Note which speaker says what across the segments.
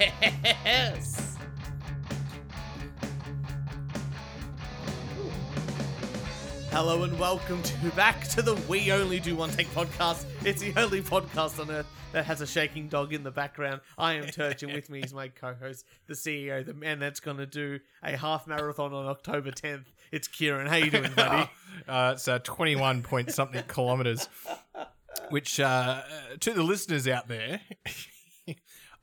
Speaker 1: Yes. Hello and welcome to back to the We Only Do One Take podcast. It's the only podcast on earth that has a shaking dog in the background. I am Turch, and with me is my co-host, the CEO, the man that's going to do a half marathon on October 10th. It's Kieran. How you doing, buddy?
Speaker 2: Uh, it's uh, 21 point something kilometers, which uh, to the listeners out there,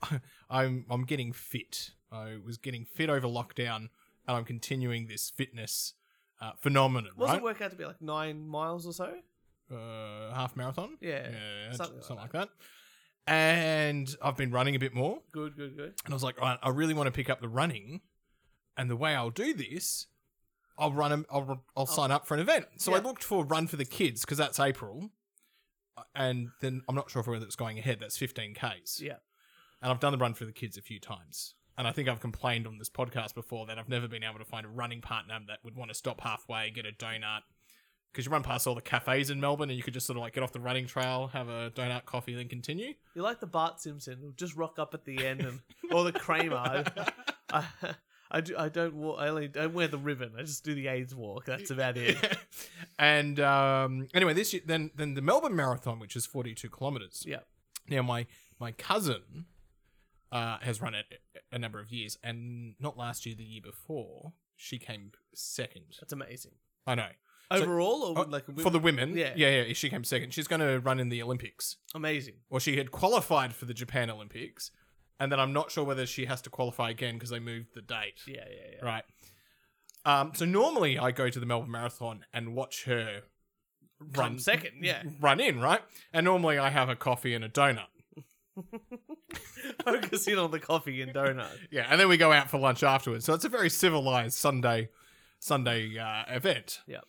Speaker 2: I'm I'm getting fit. I was getting fit over lockdown, and I'm continuing this fitness uh, phenomenon.
Speaker 1: Wasn't it
Speaker 2: right,
Speaker 1: work out to be like nine miles or so?
Speaker 2: uh, half marathon,
Speaker 1: Yeah, something
Speaker 2: something,
Speaker 1: like
Speaker 2: like that. And I've been running a bit more,
Speaker 1: Good, good, good.
Speaker 2: and I was like, right, I really want to pick up the running, and the way I'll do this, I'll run. A, I'll I'll sign up for an event. So I
Speaker 1: Yeah.
Speaker 2: looked for Run for the Kids because that's April, uh, and then I'm not sure whether it's going ahead. That's 15 k's.
Speaker 1: Yeah.
Speaker 2: and I've done the Run for the Kids a few times, and I think I've complained on this podcast before that I've never been able to find a running partner that would want to stop halfway, get a donut. Because you run past all the cafes in Melbourne, and you could just sort of like get off the running trail, have a donut, coffee, then continue.
Speaker 1: You're like the Bart Simpson, who'll just rock up at the end, and or the Kramer. I, I, do, I don't wa- I only don't wear the ribbon. I just do the AIDS walk. That's about it.
Speaker 2: and um, anyway, this year, then then the Melbourne Marathon, which is forty two kilometers.
Speaker 1: Yeah.
Speaker 2: Now my my cousin uh, has run it a number of years, and not last year, the year before, she came second.
Speaker 1: That's amazing.
Speaker 2: I know So-
Speaker 1: Overall, or
Speaker 2: Oh,
Speaker 1: like a
Speaker 2: for the women.
Speaker 1: Yeah.
Speaker 2: yeah, yeah. She came second. She's going to run in the Olympics,
Speaker 1: amazing.
Speaker 2: or she had qualified for the Japan Olympics, and then I'm not sure whether she has to qualify again because they moved the date.
Speaker 1: Yeah, yeah, yeah.
Speaker 2: Right. Um, so normally I go to the Melbourne Marathon and watch her
Speaker 1: Come
Speaker 2: run
Speaker 1: second. Yeah.
Speaker 2: run in, right? And normally I have a coffee and a donut.
Speaker 1: Focusing on the coffee and donut.
Speaker 2: Yeah, and then we go out for lunch afterwards. So it's a very civilized Sunday Sunday uh, event.
Speaker 1: Yeah.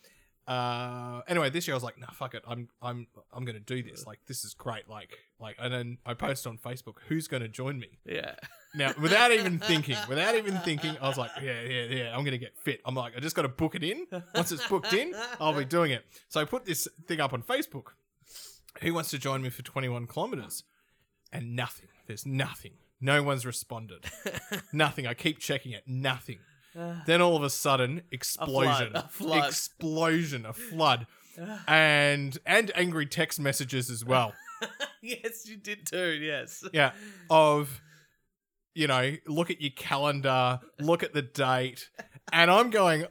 Speaker 2: Uh, anyway, this year I was like, nah, fuck it. I'm I'm I'm gonna do this. Like this is great. Like like and then I posted on Facebook, who's gonna join me?
Speaker 1: Yeah.
Speaker 2: Now, without even thinking, without even thinking, I was like, yeah, yeah, yeah, I'm going to get fit. I'm like, I just got to book it in. Once it's booked in, I'll be doing it. So I put this thing up on Facebook. Who wants to join me for 21 kilometers? And nothing. There's nothing. No one's responded. nothing. I keep checking it. Nothing.
Speaker 1: Uh,
Speaker 2: Then all of a sudden, explosion.
Speaker 1: a flood.
Speaker 2: Explosion. A flood.
Speaker 1: uh,
Speaker 2: and and angry text messages as well
Speaker 1: yes, you did too. Yes.
Speaker 2: yeah of you know look at your calendar look at the date and i'm going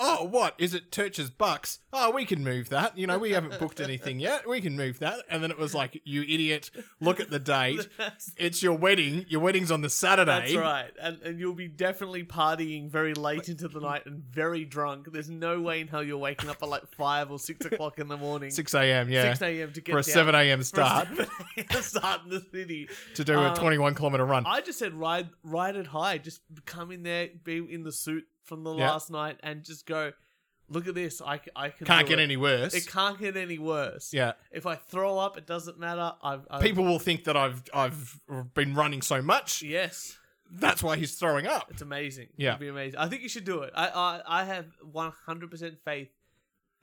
Speaker 2: oh what is it Turch's bucks oh we can move that you know we haven't booked anything yet we can move that and then it was like you idiot look at the date
Speaker 1: That's,
Speaker 2: it's your wedding your wedding's on the saturday
Speaker 1: that's right. And, and you'll be definitely partying very late into the night and very drunk. There's no way in hell you're waking up at like five or six o'clock in the morning.
Speaker 2: 6 a.m yeah
Speaker 1: 6 a.m. to get
Speaker 2: for a
Speaker 1: down
Speaker 2: 7 a.m
Speaker 1: for a
Speaker 2: start
Speaker 1: 7 a.m. start in the city.
Speaker 2: to do a
Speaker 1: Um,
Speaker 2: 21 kilometer run
Speaker 1: I just said ride ride it high. Just come in there, be in the suit from the
Speaker 2: Yeah.
Speaker 1: last night, and just go. Look at this. I, c- I can
Speaker 2: can't
Speaker 1: do
Speaker 2: get
Speaker 1: it."
Speaker 2: any worse
Speaker 1: It can't get any worse.
Speaker 2: yeah
Speaker 1: If I throw up, it doesn't matter. I've, i
Speaker 2: people will think that i've i've been running so much
Speaker 1: Yes,
Speaker 2: that's why he's throwing up
Speaker 1: it's amazing.
Speaker 2: Yeah.
Speaker 1: It'd be amazing. I think you should do it. I I, I have one hundred percent faith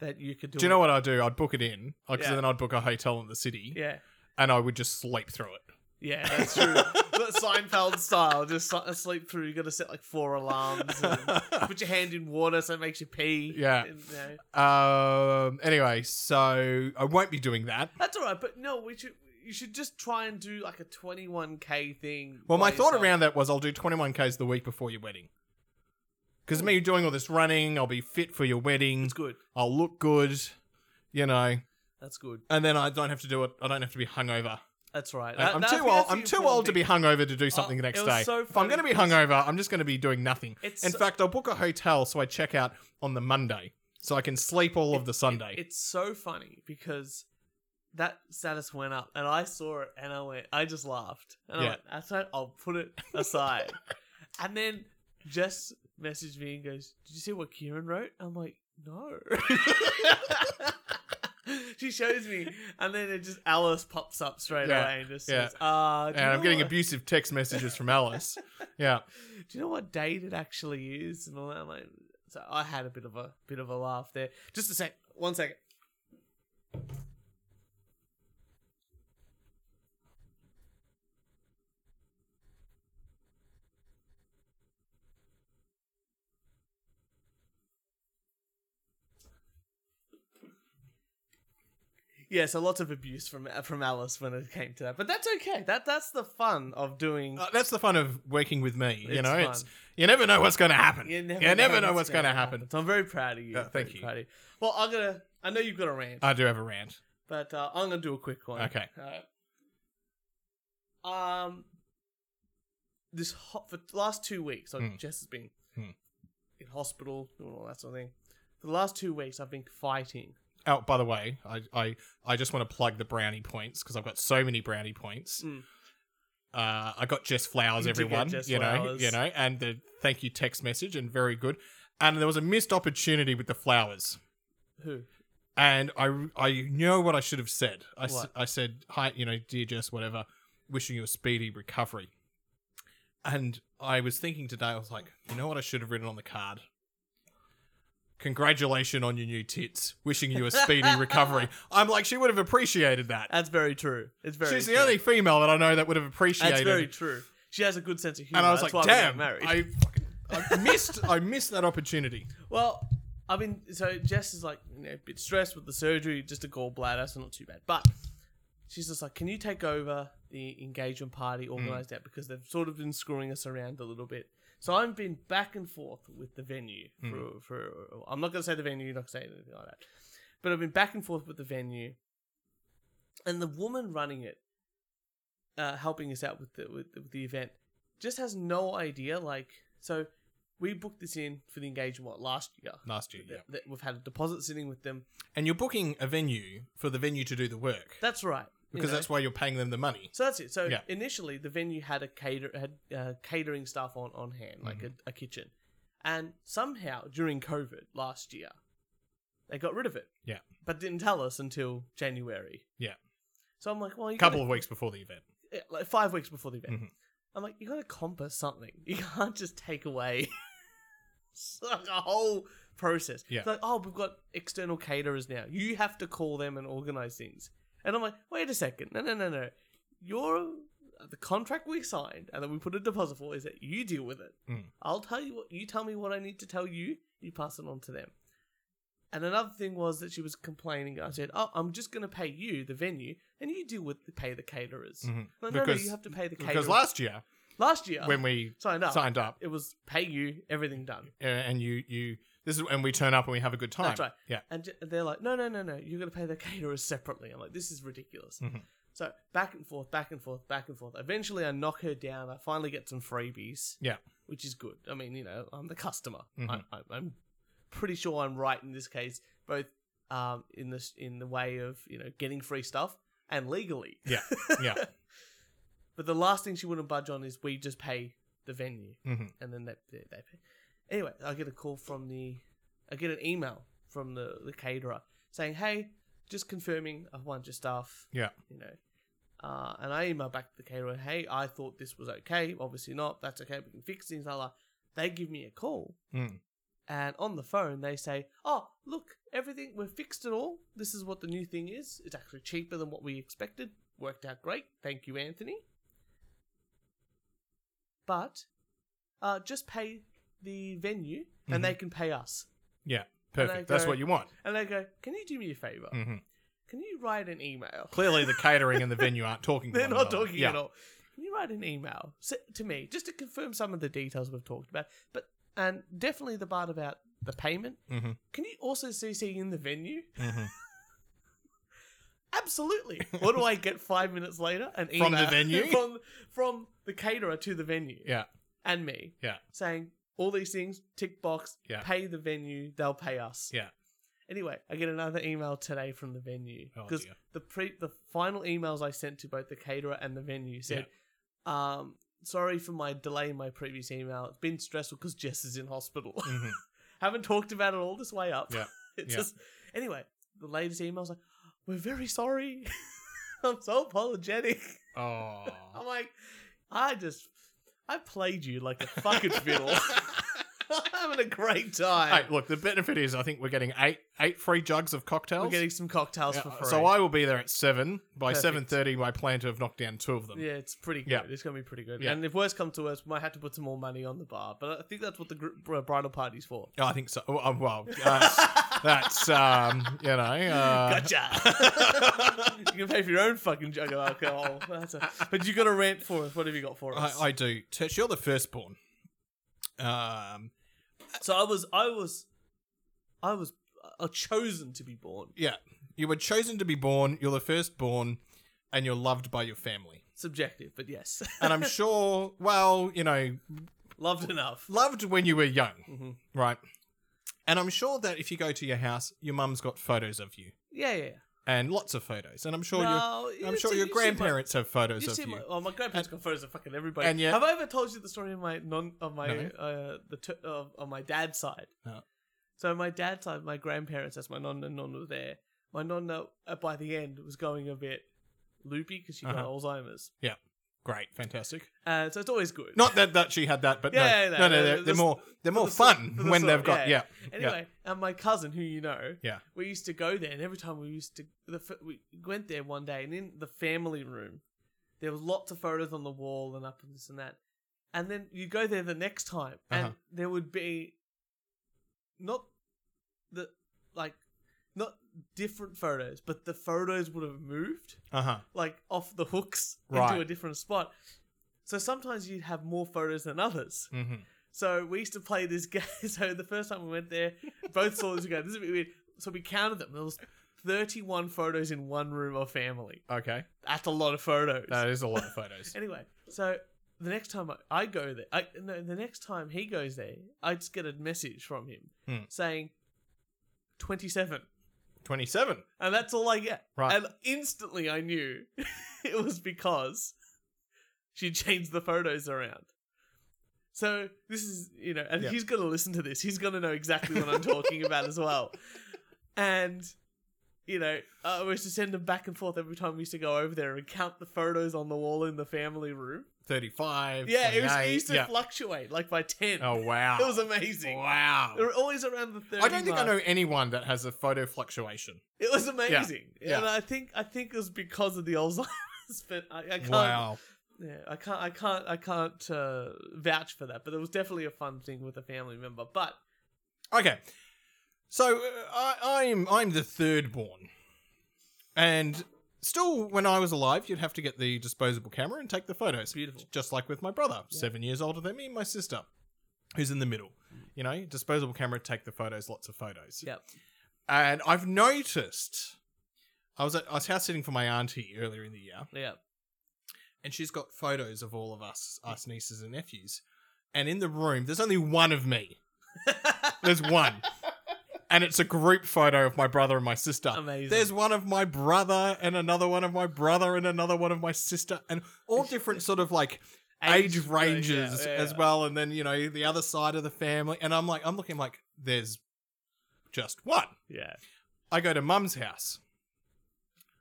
Speaker 1: that you could do.
Speaker 2: Do you
Speaker 1: it.
Speaker 2: know what I'd do? I'd book it in, because
Speaker 1: Yeah.
Speaker 2: then I'd book a hotel in the city,
Speaker 1: Yeah.
Speaker 2: and I would just sleep through it.
Speaker 1: Yeah, that's true. But Seinfeld style, just si- sleep through. You got to set like four alarms. And put your hand in water so it makes you pee.
Speaker 2: Yeah.
Speaker 1: and, you know.
Speaker 2: um. Anyway, so I won't be doing that.
Speaker 1: that's all right. But no, we should. You should just try and do like a 21k thing.
Speaker 2: Well, my
Speaker 1: by
Speaker 2: thought
Speaker 1: yourself.
Speaker 2: around that was I'll do 21k's the week before your wedding, because me doing all this running, I'll be fit for your wedding.
Speaker 1: That's good.
Speaker 2: I'll look good, you know,
Speaker 1: That's good.
Speaker 2: and then I don't have to do it. I don't have to be hungover.
Speaker 1: That's right.
Speaker 2: I'm too old. I'm too old to be hungover to do something the next
Speaker 1: Oh, it was
Speaker 2: day.
Speaker 1: so
Speaker 2: if I'm
Speaker 1: funny
Speaker 2: going to be hungover, I'm just going to be doing nothing.
Speaker 1: It's
Speaker 2: In
Speaker 1: so-
Speaker 2: fact, I'll book a hotel so I check out on the Monday, so I can sleep all of the Sunday.
Speaker 1: It's so funny because that status went up, and I saw it, and I went. I just laughed, and I
Speaker 2: Yeah.
Speaker 1: went. That's right. I'll put it aside. and then Jess messaged me and goes, "Did you see what Kieran wrote?" I'm like, "No." she shows me, and then it just Alice pops up straight
Speaker 2: Yeah,
Speaker 1: away and just
Speaker 2: yeah.
Speaker 1: says, "Ah." do you
Speaker 2: and I'm
Speaker 1: know
Speaker 2: getting
Speaker 1: what-
Speaker 2: abusive text messages from Alice. yeah,
Speaker 1: do you know what date it actually is and all that? I'm Like, so I had a bit of a bit of a laugh there. Just a sec, one second. yeah, so lots of abuse from from Alice when it came to that, but that's okay. That that's the fun of doing.
Speaker 2: Uh, that's the fun of working with me. you
Speaker 1: It's
Speaker 2: know,
Speaker 1: fun.
Speaker 2: it's you never know what's going to happen. You never, know, what's going to
Speaker 1: gonna
Speaker 2: happen.
Speaker 1: So I'm very proud of you.
Speaker 2: Uh, thank
Speaker 1: very
Speaker 2: you.
Speaker 1: proud of Well, I'm gonna. I know you've got a rant,
Speaker 2: I do have a rant.
Speaker 1: but uh, I'm gonna do a quick one.
Speaker 2: Okay.
Speaker 1: Alright. Um, this hot for the last two weeks, like
Speaker 2: Hmm.
Speaker 1: Jess has been
Speaker 2: Hmm.
Speaker 1: in hospital doing all that sort of thing. For the last two weeks, I've been fighting.
Speaker 2: Oh, by the way, I I, I just want to plug the brownie points because I've got so many brownie points.
Speaker 1: Mm.
Speaker 2: Uh, I got Jess Flowers,
Speaker 1: You did get
Speaker 2: everyone.
Speaker 1: Jess
Speaker 2: you know,
Speaker 1: Flowers.
Speaker 2: you know, and the thank you text message and very good. And there was a missed opportunity with the flowers.
Speaker 1: Who?
Speaker 2: And I I know what I should have said. I, s-
Speaker 1: What?
Speaker 2: I said hi, you know, dear Jess, whatever, wishing you a speedy recovery. And I was thinking today, I was like, you know what I should have written on the card. Congratulations on your new tits. Wishing you a speedy recovery. I'm like, she would have appreciated that.
Speaker 1: That's very true. It's very.
Speaker 2: She's the
Speaker 1: true.
Speaker 2: only female that I know that would have appreciated.
Speaker 1: That's very true. She has a good sense of humor.
Speaker 2: and I was
Speaker 1: That's
Speaker 2: like,
Speaker 1: why we got
Speaker 2: damn,
Speaker 1: married.
Speaker 2: I, fucking, I missed, I missed that opportunity.
Speaker 1: Well, I mean, so Jess is like you know, a bit stressed with the surgery, just a gallbladder, so not too bad. But she's just like, can you take over the engagement
Speaker 2: Mm.
Speaker 1: party organized out because they've sort of been screwing us around a little bit. So I've been back and forth with the venue for,
Speaker 2: Mm.
Speaker 1: for I'm not going to say the venue, not going to say anything like that. But I've been back and forth with the venue, and the woman running it, uh, helping us out with the with, the- with the event, just has no idea. Like, so we booked this in for the engagement what, last year.
Speaker 2: Last year, yeah.
Speaker 1: That- that we've had a deposit sitting with them.
Speaker 2: And you're booking a venue for the venue to do the work
Speaker 1: That's right. you
Speaker 2: because
Speaker 1: know.
Speaker 2: that's why you're paying them the money.
Speaker 1: So that's it. So
Speaker 2: Yeah.
Speaker 1: initially, the venue had a cater had uh, catering staff on on hand, like
Speaker 2: Mm-hmm.
Speaker 1: a, a kitchen, and somehow during COVID last year, they got rid of it.
Speaker 2: Yeah.
Speaker 1: but didn't tell us until January.
Speaker 2: Yeah.
Speaker 1: So I'm like, well, you
Speaker 2: A couple
Speaker 1: gotta-
Speaker 2: of weeks before the event.
Speaker 1: yeah, eh, like five weeks before the event.
Speaker 2: Mhm.
Speaker 1: I'm like, you got to compass something. You can't just take away it's like a whole process.
Speaker 2: Yeah.
Speaker 1: It's like, oh, we've got external caterers now. You have to call them and organize things. And I'm like, wait a second, no, no, no, no. Your uh, the contract we signed and that we put a deposit for is that you deal with it.
Speaker 2: Mm.
Speaker 1: I'll tell you what you tell me what I need to tell you. You pass it on to them. And another thing was that she was complaining. I said, "Oh, I'm just going to pay you the venue, and you deal with pay the caterers."
Speaker 2: Mhm.
Speaker 1: Like, no, no,
Speaker 2: Because-
Speaker 1: you have to pay the caterers.
Speaker 2: Because last year,
Speaker 1: last year
Speaker 2: when we
Speaker 1: signed up,
Speaker 2: signed up,
Speaker 1: it was pay you everything done,
Speaker 2: uh, and you, you, this is when we turn up and we have a good time.
Speaker 1: That's right.
Speaker 2: Yeah.
Speaker 1: and j- they're like, "No, no, no, no, you're going to pay the caterers separately." I'm like, "This is ridiculous."
Speaker 2: Mhm.
Speaker 1: So back and forth, back and forth, back and forth. Eventually, I knock her down. I finally get some freebies.
Speaker 2: Yeah.
Speaker 1: which is good. I mean, you know, I'm the customer. I,
Speaker 2: Mhm.
Speaker 1: I, I'm pretty sure I'm right in this case, both um, in this in the way of you know getting free stuff and legally.
Speaker 2: Yeah. Yeah.
Speaker 1: But the last thing she wouldn't budge on is we just pay the venue,
Speaker 2: Mhm.
Speaker 1: and then they, they, they pay. Anyway, I get a call from the, I get an email from the the caterer saying, "Hey, just confirming I want your stuff."
Speaker 2: Yeah.
Speaker 1: you know. Uh, and I email back to the caterer, "Hey, I thought this was okay. Obviously not. That's okay. We can fix things." La la. They give me a call,
Speaker 2: Mm.
Speaker 1: and on the phone they say, "Oh, look, everything we've fixed it all. This is what the new thing is. It's actually cheaper than what we expected. Worked out great. Thank you, Anthony." But uh, just pay the venue, and they can pay us.
Speaker 2: Yeah.
Speaker 1: And
Speaker 2: Perfect.
Speaker 1: I
Speaker 2: That's
Speaker 1: go-
Speaker 2: what you want.
Speaker 1: And they go, "Can you do me a favor?
Speaker 2: Mhm.
Speaker 1: Can you write an email?"
Speaker 2: Clearly, the catering and the venue aren't talking. to
Speaker 1: They're
Speaker 2: one
Speaker 1: not
Speaker 2: another.
Speaker 1: talking
Speaker 2: yeah.
Speaker 1: at all. Can you write an email s- to me just to confirm some of the details we've talked about? But and definitely the part about the payment.
Speaker 2: Mhm.
Speaker 1: Can you also CC in the venue?
Speaker 2: Mhm.
Speaker 1: Absolutely. What do I get five minutes later? An email
Speaker 2: From the venue?
Speaker 1: from from the caterer to the venue
Speaker 2: Yeah.
Speaker 1: and me
Speaker 2: Yeah.
Speaker 1: saying all these things tick box
Speaker 2: Yeah.
Speaker 1: pay the venue they'll pay us
Speaker 2: Yeah.
Speaker 1: anyway i get another email today from the venue
Speaker 2: Oh,
Speaker 1: because
Speaker 2: dear.
Speaker 1: the pre the final emails i sent to both the caterer and the venue said um sorry for my delay in my previous email it's been stressful because jess is in hospital
Speaker 2: Mhm.
Speaker 1: haven't talked about it all this way up
Speaker 2: Yeah.
Speaker 1: it's
Speaker 2: Yeah.
Speaker 1: just anyway the latest email's like we're very sorry i'm so apologetic
Speaker 2: Oh.
Speaker 1: I'm like, I just, I played you like a fucking fiddle. I'm having a great time.
Speaker 2: Hey, look, the benefit is I think we're getting eight eight free jugs of cocktails.
Speaker 1: We're getting some cocktails
Speaker 2: Yeah,
Speaker 1: for free.
Speaker 2: So I will be there at seven. By
Speaker 1: Perfect.
Speaker 2: seven thirty, my plan to have knocked down two of them.
Speaker 1: yeah, it's pretty good.
Speaker 2: Yeah.
Speaker 1: It's gonna be pretty good.
Speaker 2: Yeah.
Speaker 1: And if worse comes to worse, we might have to put some more money on the bar. But I think that's what the gr- br- bridal party's for.
Speaker 2: Oh, I think so. Oh, um, well, uh, That's um, you know, uh,
Speaker 1: Gotcha. you can pay for your own fucking jug of alcohol. That's a, but you got a rant for us. What have you got for us?
Speaker 2: I, I do. Terch, you're the firstborn. Um,
Speaker 1: so I was, I was, I was uh, chosen to be born.
Speaker 2: yeah, you were chosen to be born. You're the firstborn, and you're loved by your family.
Speaker 1: Subjective, but yes,
Speaker 2: And I'm sure, well, you know,
Speaker 1: loved enough.
Speaker 2: loved when you were young,
Speaker 1: Mhm.
Speaker 2: right? And I'm sure that if you go to your house, your mum's got photos of you
Speaker 1: Yeah, yeah. yeah.
Speaker 2: and lots of photos. And I'm sure your
Speaker 1: No, you
Speaker 2: I'm sure
Speaker 1: see-
Speaker 2: your
Speaker 1: you see my-
Speaker 2: grandparents have photos
Speaker 1: You
Speaker 2: of
Speaker 1: see,
Speaker 2: you.
Speaker 1: my, oh, my grandparents got photos of fucking everybody.
Speaker 2: and yet-
Speaker 1: have I ever told you the story of my non of my
Speaker 2: No.
Speaker 1: uh, the t- of, on my dad's side?
Speaker 2: No.
Speaker 1: So my dad's side, my grandparents, as my non and non were there. My nonna uh, by the end was going a bit loopy because she got
Speaker 2: Uh-huh.
Speaker 1: Alzheimer's.
Speaker 2: Great, fantastic.
Speaker 1: Uh, so it's always good.
Speaker 2: Not that that she had that, but
Speaker 1: Yeah, yeah, no,
Speaker 2: no, no, no,
Speaker 1: no,
Speaker 2: they're,
Speaker 1: the- the-
Speaker 2: they're more they're more
Speaker 1: the sort-
Speaker 2: fun
Speaker 1: the
Speaker 2: when
Speaker 1: sort,
Speaker 2: they've got yeah.
Speaker 1: yeah. Anyway, and my cousin, who you know,
Speaker 2: Yeah.
Speaker 1: we used to go there, and every time we used to, the, f- we went there one day, and in the family room, there was lots of photos on the wall and up and this and that, and then you go there the next time, and
Speaker 2: Uh-huh.
Speaker 1: there would be not the like not different photos, but the photos would have moved
Speaker 2: Uh huh.
Speaker 1: like off the hooks
Speaker 2: Right.
Speaker 1: into a different spot. So sometimes you'd have more photos than others.
Speaker 2: Mm-hmm.
Speaker 1: So we used to play this game. So the first time we went there, both saw this and go, this is a bit weird. So we counted them. There was 31 photos in one room of family.
Speaker 2: Okay,
Speaker 1: That's a lot of photos.
Speaker 2: that is a lot of photos.
Speaker 1: Anyway, so the next time I, I go there, I, no, the next time he goes there, I just get a message from him
Speaker 2: Hmm.
Speaker 1: saying 27.
Speaker 2: Twenty-seven.
Speaker 1: And that's all I get.
Speaker 2: Right.
Speaker 1: And instantly I knew it was because she changed the photos around. So this is, you know, and
Speaker 2: Yeah.
Speaker 1: he's going to listen to this. He's going to know exactly what I'm talking about as well. And, you know, uh, we used to send them back and forth every time we used to go over there and count the photos on the wall in the family room.
Speaker 2: 35.
Speaker 1: Yeah, it, was, it
Speaker 2: 28,
Speaker 1: used to
Speaker 2: yeah.
Speaker 1: fluctuate like by 10.
Speaker 2: Oh, wow.
Speaker 1: It was amazing.
Speaker 2: Wow.
Speaker 1: They were always around the 30
Speaker 2: I don't think I
Speaker 1: mark.
Speaker 2: know anyone that has a photo fluctuation.
Speaker 1: It was amazing,
Speaker 2: Yeah.
Speaker 1: and I think I think it was because of the Alzheimer's. But I, I can't,
Speaker 2: Wow.
Speaker 1: yeah, I can't, I can't, I can't uh, vouch for that. But it was definitely a fun thing with a family member. But
Speaker 2: Okay. So uh, I, I'm I'm the third born, and still, when I was alive, you'd have to get the disposable camera and take the photos.
Speaker 1: Beautiful.
Speaker 2: Just like with my brother,
Speaker 1: Yeah.
Speaker 2: seven years older than me, and my sister, who's in the middle. You know, disposable camera, take the photos, lots of photos.
Speaker 1: yeah,
Speaker 2: And I've noticed, I was at, I was house sitting for my auntie earlier in the year,
Speaker 1: yeah,
Speaker 2: and she's got photos of all of us, us nieces and nephews. And in the room, there's only one of me. There's one. And it's a group photo of my brother and my sister.
Speaker 1: Amazing.
Speaker 2: There's one of my brother and another one of my brother and another one of my sister and all different sort of like age,
Speaker 1: range,
Speaker 2: ranges
Speaker 1: yeah, yeah,
Speaker 2: as
Speaker 1: yeah.
Speaker 2: well. And then, you know, the other side of the family. And I'm like, I'm looking like there's just one.
Speaker 1: Yeah,
Speaker 2: I go to mum's house.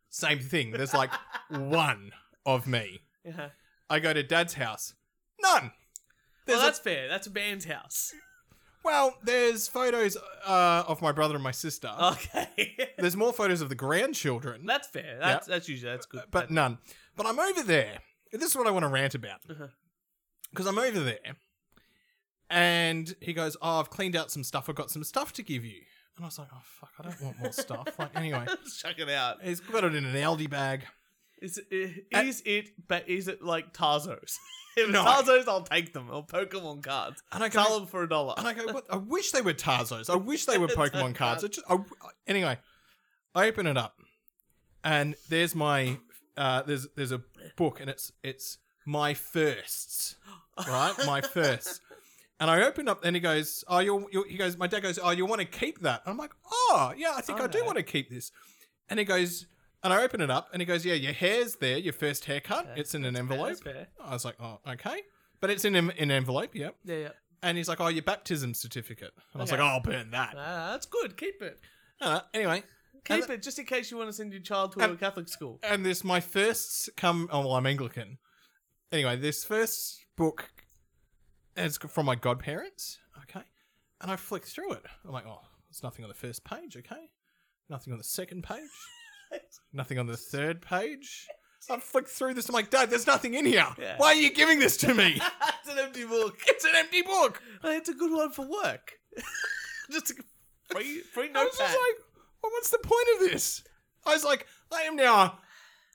Speaker 2: Same thing. There's like one of me.
Speaker 1: yeah.
Speaker 2: I go to dad's house. None.
Speaker 1: Well,
Speaker 2: There's well,
Speaker 1: that's fair. That's a band's house.
Speaker 2: well there's photos uh, of my brother and my sister.
Speaker 1: Oh. Okay,
Speaker 2: There's more photos of the grandchildren,
Speaker 1: that's fair. That's that's usually that's good.
Speaker 2: but none. But I'm over there. This is what I want to rant about.
Speaker 1: Uh-huh.
Speaker 2: Because I'm over there. And he goes, Oh, I've cleaned out some stuff. I've got some stuff to give you. And I was like, Oh, fuck, I don't want more stuff. Like, anyway,
Speaker 1: Let's check it out.
Speaker 2: he's got it in an Aldi bag.
Speaker 1: Is it, is it? But is it like Tarzos? if
Speaker 2: No.
Speaker 1: no. Tarzos, I'll take them. Or Pokemon cards.
Speaker 2: And I go,
Speaker 1: Sell them for a dollar.
Speaker 2: And I go, what? I wish they were Tarzos. I wish they were Pokemon cards. I just, I, anyway, I open it up, and there's my uh, there's there's a book, and it's it's my firsts, right? My firsts. And I opened up, and he goes, "Oh, you will he goes." My dad goes, "Oh, you want to keep that?" And I'm like, "Oh, yeah, I think I do
Speaker 1: Alright.
Speaker 2: want to keep this." And he goes, and I open it up, and he goes, "Yeah, your hair's there, your first haircut.
Speaker 1: Yeah,
Speaker 2: it's in an
Speaker 1: that's fair,
Speaker 2: envelope."
Speaker 1: that's fair.
Speaker 2: I was like, "Oh, okay," but it's in an in an envelope. Yep.
Speaker 1: Yeah, yeah.
Speaker 2: And he's like, "Oh, your baptism certificate." And I was
Speaker 1: Okay.
Speaker 2: like, oh, "I'll burn that."
Speaker 1: Ah, that's good. Keep it.
Speaker 2: Uh, anyway,
Speaker 1: Keep
Speaker 2: And
Speaker 1: it just in case you want to send your child to a
Speaker 2: And-
Speaker 1: Catholic school.
Speaker 2: and this my first come. Oh, well, I'm Anglican. Anyway, this first book is from my godparents. Okay, and I flick through it. I'm like, "Oh, there's nothing on the first page. Okay, nothing on the second page. nothing on the third page." I flick through this. I'm like, "Dad, there's nothing in here.
Speaker 1: Yeah.
Speaker 2: Why are you giving this to me?
Speaker 1: it's an empty book.
Speaker 2: it's an empty book."
Speaker 1: Hey, It's a good one for work. just to free, free
Speaker 2: I was just
Speaker 1: notepad.
Speaker 2: like, well, what's the point of this? I was like, I am now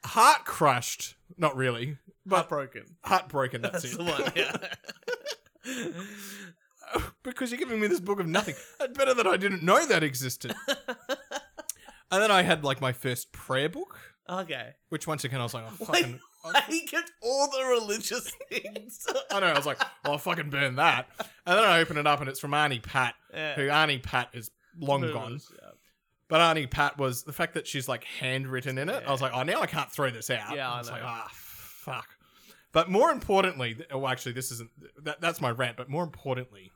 Speaker 2: heart crushed. Not really, but
Speaker 1: Heartbroken.
Speaker 2: heartbroken. That's,
Speaker 1: That's
Speaker 2: it.
Speaker 1: the one. Yeah.
Speaker 2: because you're giving me this book of nothing. It's better that I didn't know that existed. and then I had like my first prayer book,
Speaker 1: okay.
Speaker 2: which once again I was like, oh,
Speaker 1: Why-
Speaker 2: fucking.
Speaker 1: I get all the religious things.
Speaker 2: I know. I was like, well, I'll fucking burn that. And then I open it up and it's from Arnie Pat,
Speaker 1: Yeah.
Speaker 2: who Arnie Pat is long gone. But Arnie Pat was the fact that she's like handwritten in it. I was like, oh, now I can't throw this out.
Speaker 1: Yeah, I
Speaker 2: was
Speaker 1: know.
Speaker 2: like, ah, fuck. But more importantly, th- oh, actually, this isn't that, that's my rant. But more importantly,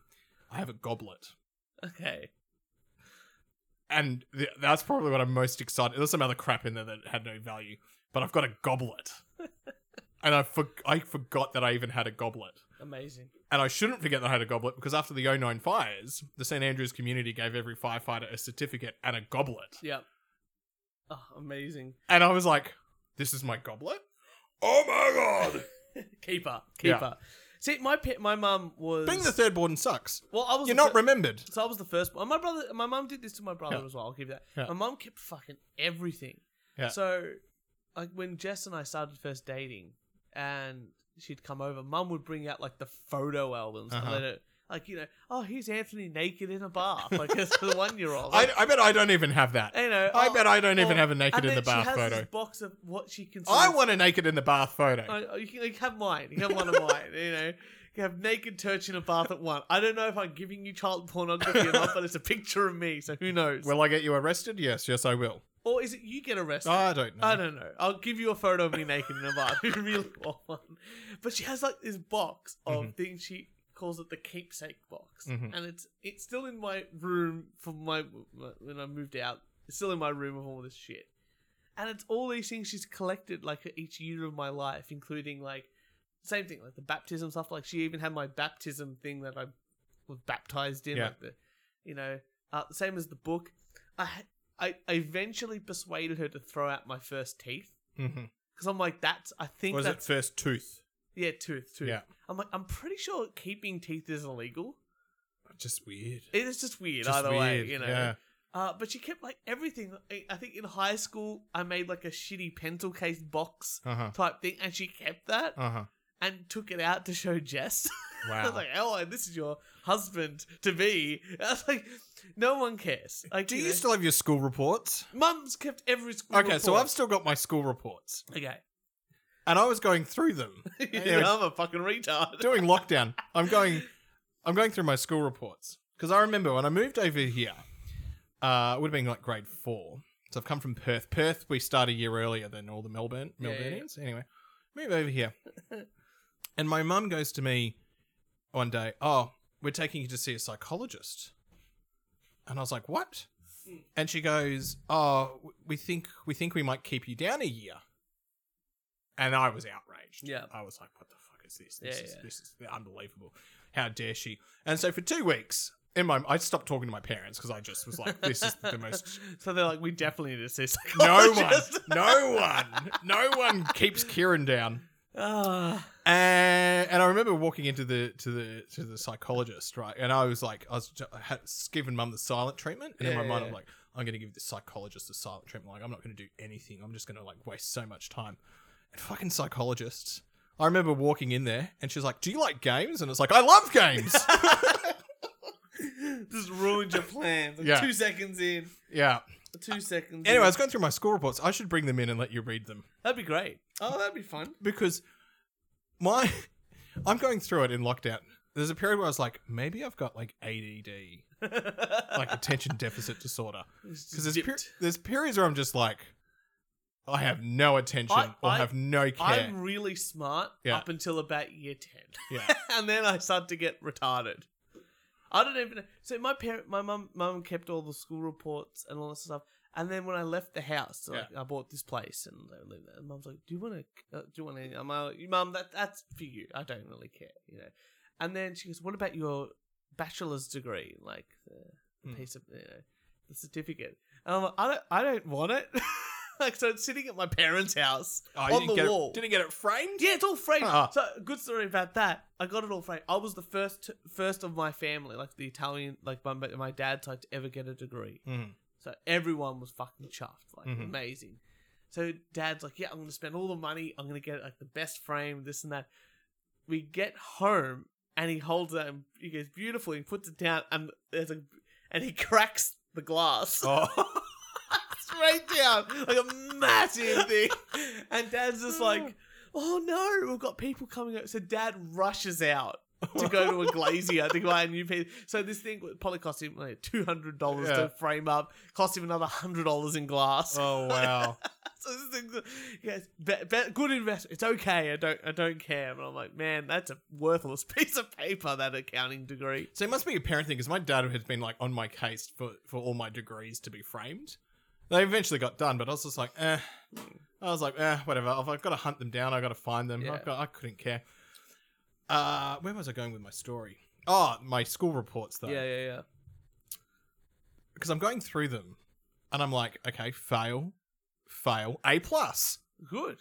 Speaker 2: I have a goblet,
Speaker 1: Okay.
Speaker 2: and th- that's probably what I'm most excited. There's some other crap in there that had no value, but I've got a goblet, and I for- I forgot that I even had a goblet.
Speaker 1: Amazing.
Speaker 2: And I shouldn't forget that I had a goblet because after the 09 fires, the St. Andrews community gave every firefighter a certificate and a goblet.
Speaker 1: Yep. Oh, amazing.
Speaker 2: And I was like, this is my goblet? Oh my god!
Speaker 1: Keeper.
Speaker 2: Yeah.
Speaker 1: Keeper. See, my pa- my mum was.
Speaker 2: Being the third born sucks.
Speaker 1: well, I was.
Speaker 2: You're
Speaker 1: the
Speaker 2: not
Speaker 1: fir-
Speaker 2: remembered.
Speaker 1: so I was the first. one. My brother. My mum did this to my brother
Speaker 2: Yeah.
Speaker 1: as well. I'll give you that.
Speaker 2: Yeah.
Speaker 1: My mum kept fucking everything.
Speaker 2: Yeah.
Speaker 1: So, like when Jess and I started first dating, and she'd come over, mum would bring out like the photo albums
Speaker 2: Uh-huh.
Speaker 1: and let it. Like you know, oh here's Anthony naked in a bath, like it's the one year old.
Speaker 2: I, I bet I don't even have that.
Speaker 1: you know,
Speaker 2: I
Speaker 1: oh,
Speaker 2: bet I don't even
Speaker 1: or-
Speaker 2: have a naked
Speaker 1: and
Speaker 2: in the
Speaker 1: then she
Speaker 2: bath
Speaker 1: has
Speaker 2: photo.
Speaker 1: This box of what she considers.
Speaker 2: I want a naked in the bath photo.
Speaker 1: I- I- you, can, you can have mine. You can have one of mine. You know, you can have naked turch in a bath at one. I don't know if I'm giving you child pornography or not, but it's a picture of me, so who knows?
Speaker 2: Will I get you arrested? Yes, yes, I will.
Speaker 1: or is it you get arrested?
Speaker 2: I don't know.
Speaker 1: I don't know. I'll give you a photo of me naked in a bath. if You really want one? But she has like this box of
Speaker 2: Mhm.
Speaker 1: things she calls it the keepsake box,
Speaker 2: Mhm.
Speaker 1: and it's it's still in my room from my when I moved out. It's still in my room of all this shit, and it's all these things she's collected like each year of my life, including like same thing like the baptism stuff. Like she even had my baptism thing that I was baptized in,
Speaker 2: Yeah.
Speaker 1: like the you know, uh, same as the book. I ha- I I eventually persuaded her to throw out my first teeth
Speaker 2: Mhm.
Speaker 1: because I'm like, that's I think
Speaker 2: Was it
Speaker 1: that's
Speaker 2: first tooth?
Speaker 1: yeah, tooth, tooth.
Speaker 2: Yeah.
Speaker 1: I'm like, I'm pretty sure keeping teeth is illegal.
Speaker 2: Just weird.
Speaker 1: It is just weird
Speaker 2: Just
Speaker 1: either way,
Speaker 2: weird,
Speaker 1: you know.
Speaker 2: yeah.
Speaker 1: Uh, but she kept like everything. I I think in high school, I made like a shitty pencil case box
Speaker 2: Uh huh.
Speaker 1: type thing, and she kept that
Speaker 2: Uh huh.
Speaker 1: and took it out to show Jess. I
Speaker 2: Wow.
Speaker 1: was like, "Oh, this is your husband to be." I was like, "No one cares." Like,
Speaker 2: Do
Speaker 1: you
Speaker 2: you
Speaker 1: know,
Speaker 2: still have your school reports?
Speaker 1: Mum's kept every school.
Speaker 2: Okay, so I've
Speaker 1: report.
Speaker 2: still got my school reports,
Speaker 1: okay.
Speaker 2: and I was going through them Anyway.
Speaker 1: I'm a fucking retard.
Speaker 2: during lockdown. I'm going, I'm going through my school reports because I remember when I moved over here, uh, it would have been like grade four. So I've come from Perth. Perth, we start a year earlier than all the Melbourne
Speaker 1: Yeah, yeah, yeah.
Speaker 2: Melburnians. Anyway, move over here, and my mum goes to me one day. Oh, we're taking you to see a psychologist, and I was like, what?
Speaker 1: Hmm.
Speaker 2: And she goes, oh, w- we think we think we might keep you down a year. And I was outraged.
Speaker 1: Yeah.
Speaker 2: I was like, what the fuck is this? This
Speaker 1: Yeah,
Speaker 2: is
Speaker 1: yeah.
Speaker 2: this is unbelievable. How dare she? And so for two weeks, in my I stopped talking to my parents because I just was like, this is the most
Speaker 1: So they're like, we definitely need to see a
Speaker 2: no one,
Speaker 1: psychologist.
Speaker 2: no one, no one keeps Kieran down.
Speaker 1: Ah.
Speaker 2: And, and I remember walking into the to the to the psychologist, right? And I was like, I was ju- I had giving mum the silent treatment, and in
Speaker 1: Yeah,
Speaker 2: my mind,
Speaker 1: yeah.
Speaker 2: I'm like, I'm going to give the psychologist the silent treatment. Like, I'm not going to do anything. I'm just going to like waste so much time. And fucking psychologists. I remember walking in there, and she's like, "Do you like games?" And it's like, "I love games."
Speaker 1: Just ruined your plans. Like,
Speaker 2: Yeah.
Speaker 1: Two seconds in.
Speaker 2: yeah.
Speaker 1: Two seconds
Speaker 2: Anyway, I
Speaker 1: in.
Speaker 2: was going through my school reports. I should bring them in and let you read them.
Speaker 1: That'd be great. Oh, that'd be fun.
Speaker 2: because my I'm going through it in lockdown. There's a period where I was like, maybe I've got like ADD, like attention deficit disorder. Because there's, per- there's periods where I'm just like, I have no attention
Speaker 1: I-
Speaker 2: or
Speaker 1: I-
Speaker 2: have no care.
Speaker 1: I'm really smart
Speaker 2: Yeah.
Speaker 1: up until about year 10.
Speaker 2: yeah,
Speaker 1: and then I started to get retarded. I don't even know. So my parent, my mum, mum kept all the school reports and all this stuff. And then when I left the house, so, like, I bought this place, and, I lived there, and mum's like, "Do you want to? Uh, do you want to?" I'm like, "Mum, that that's for you. I don't really care, you know." And then she goes, "What about your bachelor's degree? Like the, the
Speaker 2: Hmm.
Speaker 1: piece of you know, the certificate?" And I'm like, "I don't, I don't want it." like so it's sitting at my parents' house
Speaker 2: Oh,
Speaker 1: on
Speaker 2: you didn't
Speaker 1: the
Speaker 2: get
Speaker 1: wall.
Speaker 2: It, didn't get it framed?
Speaker 1: Yeah, it's all framed.
Speaker 2: Ah.
Speaker 1: So good story about that. I got it all framed. I was the first first of my family, like the Italian, like my my dad's side, to ever get a degree.
Speaker 2: Mhm.
Speaker 1: So everyone was fucking chuffed, like
Speaker 2: Mhm.
Speaker 1: amazing. So dad's like, yeah, I'm gonna spend all the money. I'm gonna get like the best frame, this and that. We get home and he holds it. And he goes beautiful. He puts it down and there's a and he cracks the glass
Speaker 2: Oh.
Speaker 1: straight down like a massive thing. And dad's just like, oh no, we've got people coming out. So dad rushes out to go to a glazier to buy a new piece. So this thing would probably cost him like two hundred dollars
Speaker 2: Yeah.
Speaker 1: to frame up. Cost him another hundred dollars in glass.
Speaker 2: oh wow.
Speaker 1: So this thing's yes, be, be- good investment. It's okay. I don't. I don't care. And I'm like, man, that's a worthless piece of paper. That accounting degree.
Speaker 2: So it must be a parent thing because my dad has been like on my case for, for all my degrees to be framed. They eventually got done, but I was just like, eh. I was like, eh, whatever. I've, I've got to hunt them down. I've got to find them.
Speaker 1: Yeah.
Speaker 2: I've got, I couldn't care. Uh, where was I going with my story? Oh, my school reports though.
Speaker 1: Yeah, yeah, yeah.
Speaker 2: Because I'm going through them, and I'm like, okay, fail, fail, A plus,
Speaker 1: Good.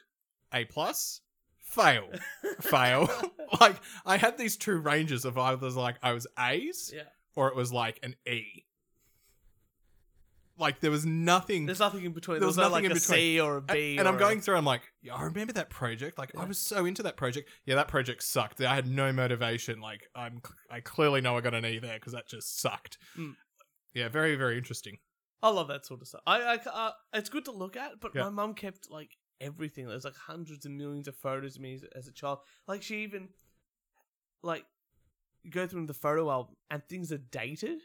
Speaker 2: A plus, fail, fail. like I had these two ranges of either like I was A's,
Speaker 1: Yeah.
Speaker 2: or it was like an E. Like there was nothing.
Speaker 1: There's nothing in between.
Speaker 2: Mm. There
Speaker 1: There
Speaker 2: was
Speaker 1: was no
Speaker 2: nothing
Speaker 1: like
Speaker 2: in
Speaker 1: a
Speaker 2: between.
Speaker 1: C or a
Speaker 2: and,
Speaker 1: B.
Speaker 2: and I'm
Speaker 1: or a-
Speaker 2: going through. I'm like, yeah, I remember that project. Like I was so into that project. Yeah, that project sucked. I had no motivation. Like I'm, cl- I clearly know I got an E there because that just sucked.
Speaker 1: Mm.
Speaker 2: Yeah, very very interesting.
Speaker 1: I love that sort of stuff. I, I ca- uh, it's good to look at, but
Speaker 2: Yeah.
Speaker 1: my mum kept like everything. There's like hundreds and millions of photos of me as, as a child. Like she even like you go through the photo album and things are dated.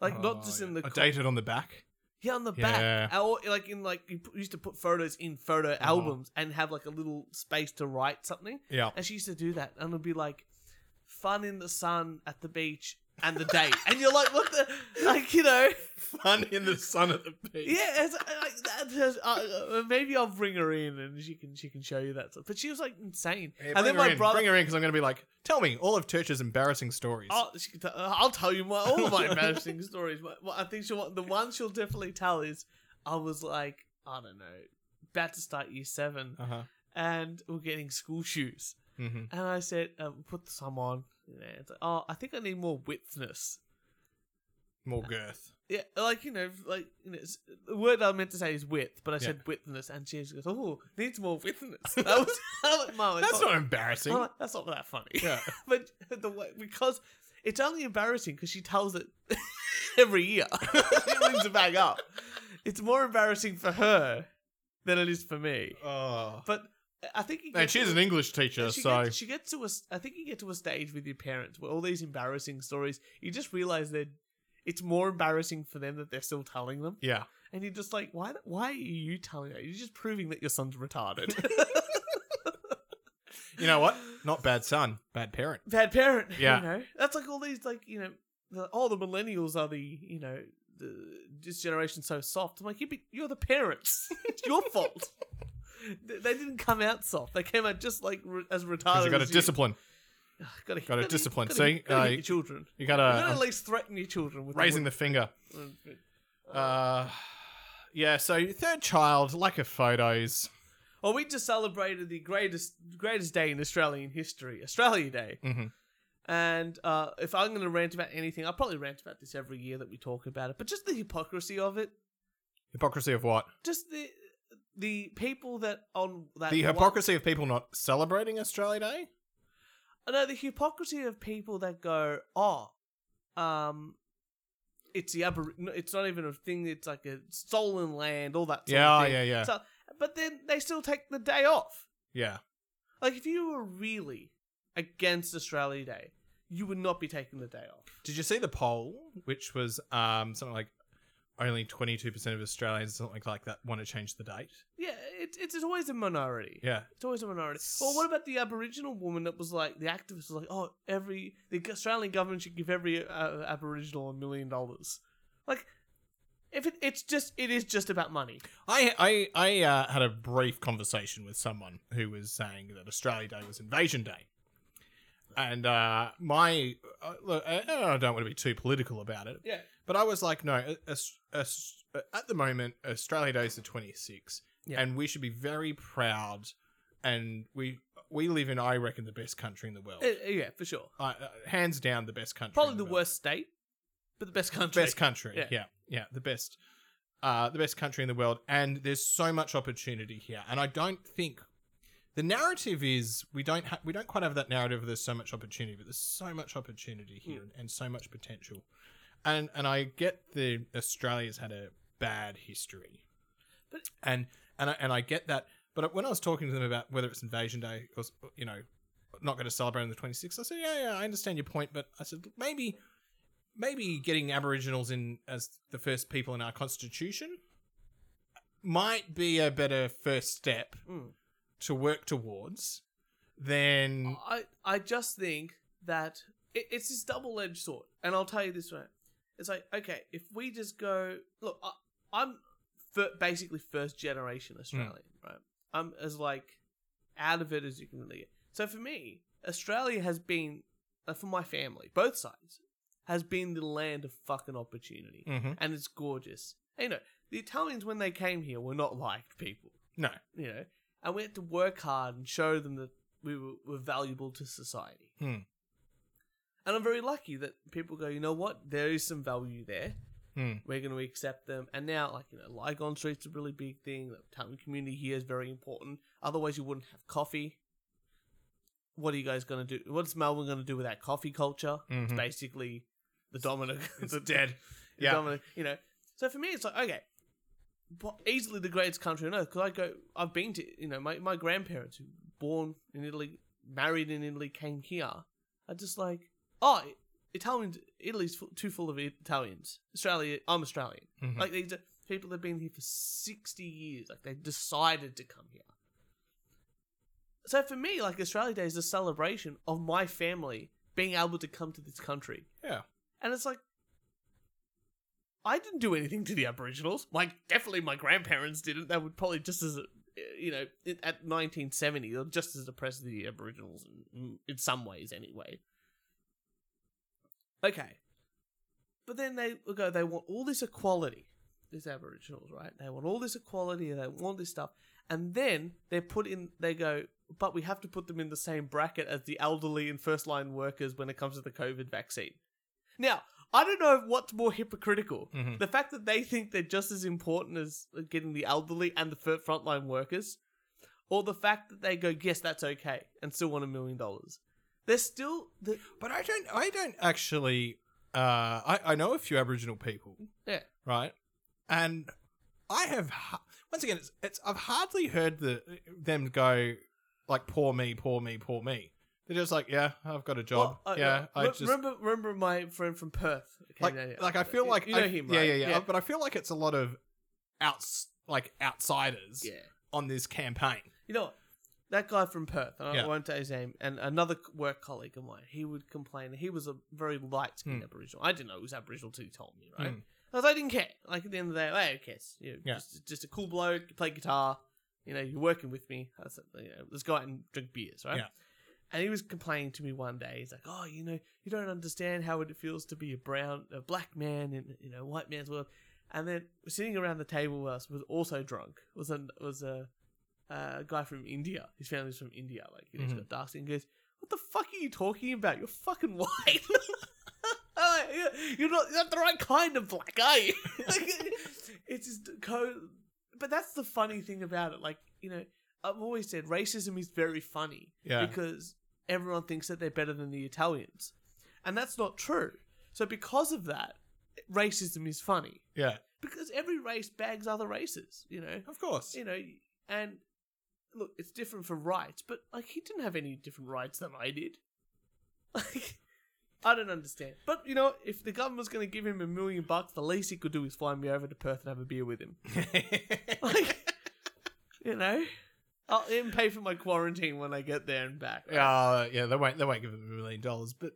Speaker 1: Like not
Speaker 2: Oh,
Speaker 1: just
Speaker 2: yeah.
Speaker 1: in the
Speaker 2: I
Speaker 1: co-
Speaker 2: dated on the back.
Speaker 1: yeah on the back,
Speaker 2: Yeah. Uh-huh.
Speaker 1: or like in like you p- used to put photos in photo albums and have like a little space to write something.
Speaker 2: Yeah.
Speaker 1: And she used to do that, and it'd be like fun in the sun at the beach and the date, and you're like, what the like you know.
Speaker 2: Fun in the sun at the beach.
Speaker 1: Yeah, it's, uh, like that. Has, uh, uh, maybe I'll bring her in and she can she can show you that stuff. But she was like insane.
Speaker 2: Yeah,
Speaker 1: and
Speaker 2: bring
Speaker 1: then
Speaker 2: her
Speaker 1: my
Speaker 2: in,
Speaker 1: brother,
Speaker 2: Bring her in because I'm going to be like, tell me all of Church's embarrassing stories.
Speaker 1: I'll, she, can t- uh, I'll tell you my, all my embarrassing stories. My, well, I think she'll want- the one she'll definitely tell is I was like I don't know about to start year seven
Speaker 2: Uh huh.
Speaker 1: and we're getting school shoes
Speaker 2: hmm
Speaker 1: and I said um, put some on. You know, it's like, oh, I think I need more widthness.
Speaker 2: More girth.
Speaker 1: Yeah, like you know, like you know, s- the word I meant to say is width, but I
Speaker 2: Yeah.
Speaker 1: said widthness, and she just goes, "Oh, needs more widthness." That was I'm like, oh Mum, it's
Speaker 2: That's not embarrassing.
Speaker 1: I'm like, that's not that funny.
Speaker 2: yeah.
Speaker 1: but the way because it's only embarrassing because she tells it every year. she brings it back up. It's more embarrassing for her than it is for me.
Speaker 2: Oh.
Speaker 1: But I think you
Speaker 2: And she's an English teacher,
Speaker 1: she
Speaker 2: so
Speaker 1: gets, she gets to a. s- I think you get to a stage with your parents where all these embarrassing stories, you just realize that it's more embarrassing for them that they're still telling them,
Speaker 2: yeah.
Speaker 1: and you're just like, why? Why are you telling that? You're just proving that your son's retarded.
Speaker 2: You know what? Not bad son, bad parent.
Speaker 1: Bad parent.
Speaker 2: Yeah.
Speaker 1: You know, that's like all these like you know, the, oh the millennials are the you know the this generation's so soft. I'm like, yeah, but you're the parents. it's your fault. They they didn't come out soft. They came out just like re- as retarded.
Speaker 2: Because you got to
Speaker 1: as you.
Speaker 2: discipline.
Speaker 1: Ugh, gotta,
Speaker 2: Gotta discipline.
Speaker 1: Gotta,
Speaker 2: See,
Speaker 1: gotta
Speaker 2: uh,
Speaker 1: hit your children.
Speaker 2: You got
Speaker 1: you gotta
Speaker 2: to
Speaker 1: at least threaten your children with
Speaker 2: raising the finger.
Speaker 1: wood.
Speaker 2: Uh, yeah. So third child, lack of photos.
Speaker 1: Well, Oh, we just celebrated the greatest greatest day in Australian history, Australia Day.
Speaker 2: hmm
Speaker 1: And uh, if I'm going to rant about anything, I'll probably rant about this every year that we talk about it. But just the hypocrisy of it,
Speaker 2: Hypocrisy of what?
Speaker 1: just the the people that on that
Speaker 2: The
Speaker 1: one-
Speaker 2: hypocrisy of people not celebrating Australia Day.
Speaker 1: Uh, no, the hypocrisy of people that go, oh, um, it's the abor- no, it's not even a thing. It's like a stolen land, all that. Sort
Speaker 2: Yeah,
Speaker 1: of
Speaker 2: oh,
Speaker 1: thing.
Speaker 2: yeah, yeah,
Speaker 1: So- But then they still take the day off.
Speaker 2: yeah.
Speaker 1: Like if you were really against Australia Day, you would not be taking the day off.
Speaker 2: Did you see the poll, which was um something like only twenty two percent of Australians something like that want to change the date?
Speaker 1: Yeah, it, it's it's always a minority.
Speaker 2: Yeah,
Speaker 1: It's always a minority. Well, what about the Aboriginal woman that was like the activist was like, oh, every the Australian government should give every uh, Aboriginal a million dollars. Like, if it, it's just it is just about money.
Speaker 2: I I I uh, had a brief conversation with someone who was saying that Australia Day was Invasion Day, and uh, my uh, look, I, I don't want to be too political about it,
Speaker 1: Yeah.
Speaker 2: but I was like, no, Aus- Aus- at the moment Australia Day is the twenty sixth,
Speaker 1: Yeah.
Speaker 2: and we should be very proud. And we we live in, I reckon, the best country in the world.
Speaker 1: Uh, yeah, for sure.
Speaker 2: uh, uh, hands down, the best country.
Speaker 1: Probably
Speaker 2: in
Speaker 1: the
Speaker 2: world.
Speaker 1: worst state, but the best country.
Speaker 2: Best country.
Speaker 1: Yeah.
Speaker 2: Yeah. yeah, the best, uh, the best country in the world. And there's so much opportunity here. And I don't think the narrative is we don't ha- we don't quite have that narrative. Of there's so much opportunity, but there's so much opportunity here
Speaker 1: Hmm.
Speaker 2: and, and so much potential. And and I get the Australia's had a bad history,
Speaker 1: But-
Speaker 2: and and I, and I get that. But when I was talking to them about whether it's Invasion Day or you know not going to celebrate on the 26th. I said, yeah, yeah, I understand your point, but I said maybe, maybe getting Aboriginals in as the first people in our constitution might be a better first step
Speaker 1: Mm.
Speaker 2: to work towards than
Speaker 1: I, I just think that it, it's this double edged sword. And I'll tell you this way it's like, okay, if we just go, look, I, I'm fir- basically first generation Australian, right? I'm as like out of it as you can really get. So for me, Australia has been, uh, for my family, both sides, has been the land of fucking opportunity.
Speaker 2: Mhm.
Speaker 1: And it's gorgeous. And, you know, the Italians, when they came here, were not liked people
Speaker 2: no.
Speaker 1: you know, and we had to work hard and show them that we were, were valuable to society.
Speaker 2: Hmm.
Speaker 1: And I'm very lucky that people go, you know what, there is some value there.
Speaker 2: Hmm.
Speaker 1: We're going to accept them. And now, like, you know, Lygon Street's a really big thing. The Italian community here is very important. Otherwise, you wouldn't have coffee. What are you guys going to do? What's Melbourne going to do with that coffee culture? It's
Speaker 2: Mhm.
Speaker 1: basically the dominant.
Speaker 2: It's
Speaker 1: the
Speaker 2: dead.
Speaker 1: the
Speaker 2: Yeah.
Speaker 1: dominant- you know. So for me, it's like okay, po- easily the greatest country on earth because I go, I've been to, you know, my my grandparents who were born in Italy, married in Italy, came here. I just like, oh, I- Italians, Italy's fu- too full of Italians. Australia, I'm Australian.
Speaker 2: Mhm.
Speaker 1: Like these are people that have been here for sixty years. Like they decided to come here. So for me, like Australia Day is a celebration of my family being able to come to this country.
Speaker 2: yeah.
Speaker 1: And it's like, I didn't do anything to the Aboriginals. Like, definitely my grandparents didn't. They would probably just as, uh, you know, it- at 1970, they were just as oppressed as the Aboriginals in, in some ways, anyway. Okay. But then they will go, they want all this equality, these Aboriginals, right? They want all this equality, they want this stuff. And then they're put in, they go, but we have to put them in the same bracket as the elderly and first line workers when it comes to the COVID vaccine. Now, I don't know what's more hypocritical.
Speaker 2: Mhm.
Speaker 1: The fact that they think they're just as important as getting the elderly and the fir- frontline workers, or the fact that they go, yes, that's okay, and still want a million dollars. They're still. The-
Speaker 2: But I don't. I don't actually. Uh, I I know a few Aboriginal people.
Speaker 1: Yeah.
Speaker 2: Right. And I have ha- once again. It's, it's I've hardly heard the them go like poor me, poor me, poor me. They're just like, yeah, I've got a job.
Speaker 1: Well, uh,
Speaker 2: yeah, I
Speaker 1: re-
Speaker 2: just
Speaker 1: remember, remember my friend from Perth. that came
Speaker 2: like,
Speaker 1: down here?
Speaker 2: like I feel
Speaker 1: You-
Speaker 2: like
Speaker 1: you know
Speaker 2: I-
Speaker 1: him,
Speaker 2: yeah,
Speaker 1: right?
Speaker 2: yeah, yeah,
Speaker 1: Yeah.
Speaker 2: But I feel like it's a lot of outs like outsiders
Speaker 1: Yeah.
Speaker 2: on this campaign.
Speaker 1: you know what? that guy from Perth, and I
Speaker 2: Yeah.
Speaker 1: won't say his name, and another c- work colleague of mine, he would complain. He was a very light skinned
Speaker 2: Hmm.
Speaker 1: Aboriginal. I didn't know he was Aboriginal until he told me, right?
Speaker 2: Hmm.
Speaker 1: I was like, I didn't care. Like at the end of the day, like, I don't care. You know,
Speaker 2: Yeah.
Speaker 1: just, just a cool bloke, you play guitar, you know, you're working with me. I said, you know, let's go out and drink beers, right?
Speaker 2: Yeah.
Speaker 1: And he was complaining to me one day. He's like, "Oh, you know, you don't understand how it feels to be a brown, a black man in you know white man's world." And then sitting around the table with us was also drunk. Was a was a, a guy from India. His family's from India. Like you know, he's got
Speaker 2: Mhm.
Speaker 1: dark skin. He Goes, "What the fuck are you talking about? You're fucking white." I'm like, "You're- You're not, you're not the right kind of black, are you? like, it's just co. But that's the funny thing about it. Like, you know, I've always said racism is very funny
Speaker 2: Yeah,
Speaker 1: because everyone thinks that they're better than the Italians. And that's not true. So because of that, racism is funny
Speaker 2: yeah,
Speaker 1: because every race bags other races, you know.
Speaker 2: of course.
Speaker 1: You know, and look, it's different for rights, but like he didn't have any different rights than I did. Like I don't understand. But you know, if the government's going to give him a million bucks, the least he could do is fly me over to Perth and have a beer with him. Like, you know, I'll even pay for my quarantine when I get there and back.
Speaker 2: Uh, yeah, they won't they won't give them a million dollars, but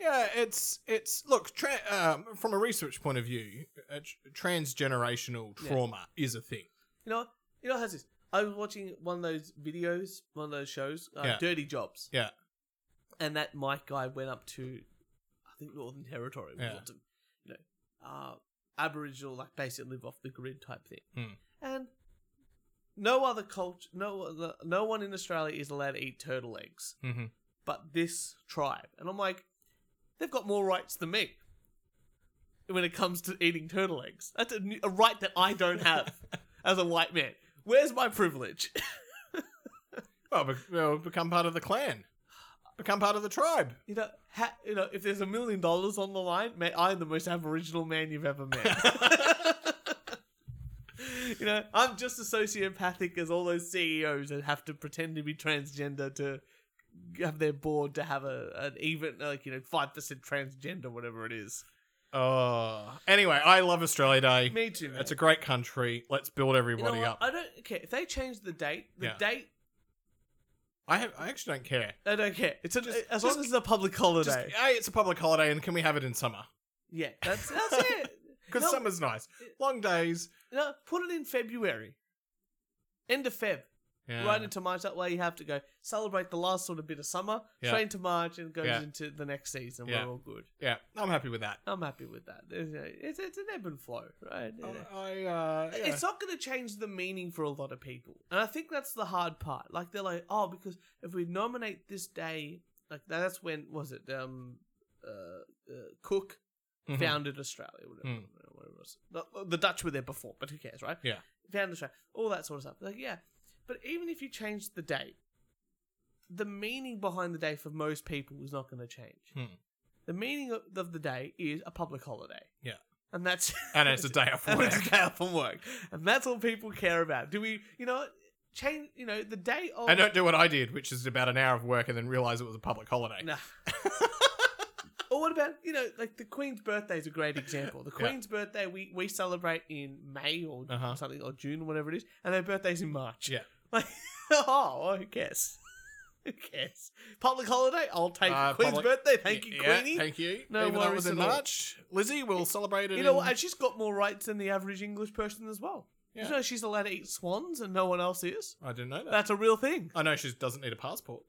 Speaker 2: yeah, it's it's look tra- um, from a research point of view, uh, tr- transgenerational
Speaker 1: Yeah.
Speaker 2: trauma is a thing.
Speaker 1: You know, you know, it has this. I was watching one of those videos, one of those shows, uh,
Speaker 2: Yeah.
Speaker 1: Dirty Jobs.
Speaker 2: Yeah.
Speaker 1: And that Mike guy went up to, I think Northern Territory, which
Speaker 2: Yeah.
Speaker 1: was a, you know, uh, Aboriginal, like basically live off the grid type thing.
Speaker 2: Hmm.
Speaker 1: And no other culture, no other- no one in Australia is allowed to eat turtle eggs,
Speaker 2: Mm-hmm.
Speaker 1: but this tribe. And I'm like, they've got more rights than me when it comes to eating turtle eggs. That's a, n- a right that I don't have as a white man. Where's my privilege?
Speaker 2: Well, be- well, become part of the clan. Become part of the tribe.
Speaker 1: You know, ha- you know, if there's a million dollars on the line, mate, I'm the most Aboriginal man you've ever met. you know, I'm just as sociopathic as all those CEOs that have to pretend to be transgender to have their board to have a an even like you know five percent transgender, whatever it is.
Speaker 2: Oh. Anyway, I love Australia Day.
Speaker 1: Me too. Man.
Speaker 2: It's a great country. Let's build
Speaker 1: you know
Speaker 2: everybody
Speaker 1: what?
Speaker 2: up.
Speaker 1: I don't care if they change the date. The
Speaker 2: Yeah.
Speaker 1: date,
Speaker 2: I, have, I actually don't care.
Speaker 1: I don't care. It's a,
Speaker 2: Just-
Speaker 1: as
Speaker 2: just-
Speaker 1: long as it's a public holiday.
Speaker 2: Just, hey, it's a public holiday, and can we have it in summer?
Speaker 1: yeah, that's that's it.
Speaker 2: Because
Speaker 1: No.
Speaker 2: summer's nice. Long days.
Speaker 1: No, put it in February. End of Feb.
Speaker 2: Yeah.
Speaker 1: right into March. That way you have to go celebrate the last sort of bit of summer,
Speaker 2: Yeah.
Speaker 1: straight into March, and goes
Speaker 2: Yeah.
Speaker 1: into the next season.
Speaker 2: Yeah.
Speaker 1: We're all good.
Speaker 2: yeah, I'm happy with that.
Speaker 1: I'm happy with that. There's no- It's, it's an ebb and flow, right? Yeah.
Speaker 2: I, uh, yeah.
Speaker 1: It's not going to change the meaning for a lot of people. And I think that's the hard part. Like, they're like, oh, because if we nominate this day, like, that's when, was it, um, uh, uh, Cook
Speaker 2: Mhm.
Speaker 1: founded Australia, whatever, whatever it was. The, the Dutch were there before, but who cares, right?
Speaker 2: Hmm. Yeah.
Speaker 1: Founded Australia, all that sort of stuff. Like, yeah, but even if you change the date, the meaning behind the day for most people is not going to change.
Speaker 2: Hmm.
Speaker 1: The meaning of- of the day is a public holiday.
Speaker 2: Yeah.
Speaker 1: and that's
Speaker 2: And it's a day off
Speaker 1: and
Speaker 2: work.
Speaker 1: it's a day off from work, and that's all people care about. Do we, you know, change? You know, the day of
Speaker 2: And don't do what I did, which is about an hour of work and then realize it was a public holiday.
Speaker 1: Nah. or what about you know like the Queen's birthday is a great example. The
Speaker 2: Yeah.
Speaker 1: Queen's birthday we we celebrate in May or
Speaker 2: Uh-huh.
Speaker 1: something or June or whatever it is, and her birthday's in March.
Speaker 2: Yeah.
Speaker 1: Like oh, well, who cares? who cares? Public holiday, I'll take
Speaker 2: Uh,
Speaker 1: it. Queen's
Speaker 2: public-
Speaker 1: birthday. Thank you,
Speaker 2: Yeah,
Speaker 1: Queenie.
Speaker 2: Thank you.
Speaker 1: No
Speaker 2: Even though it
Speaker 1: worries
Speaker 2: was in
Speaker 1: at all.
Speaker 2: March, Lizzie will celebrate it.
Speaker 1: you know,
Speaker 2: in-
Speaker 1: what? and she's got more rights than the average English person as well.
Speaker 2: Yeah.
Speaker 1: You know, she's allowed to eat swans and no one else is.
Speaker 2: I didn't know that.
Speaker 1: That's a real thing.
Speaker 2: I know she doesn't need a passport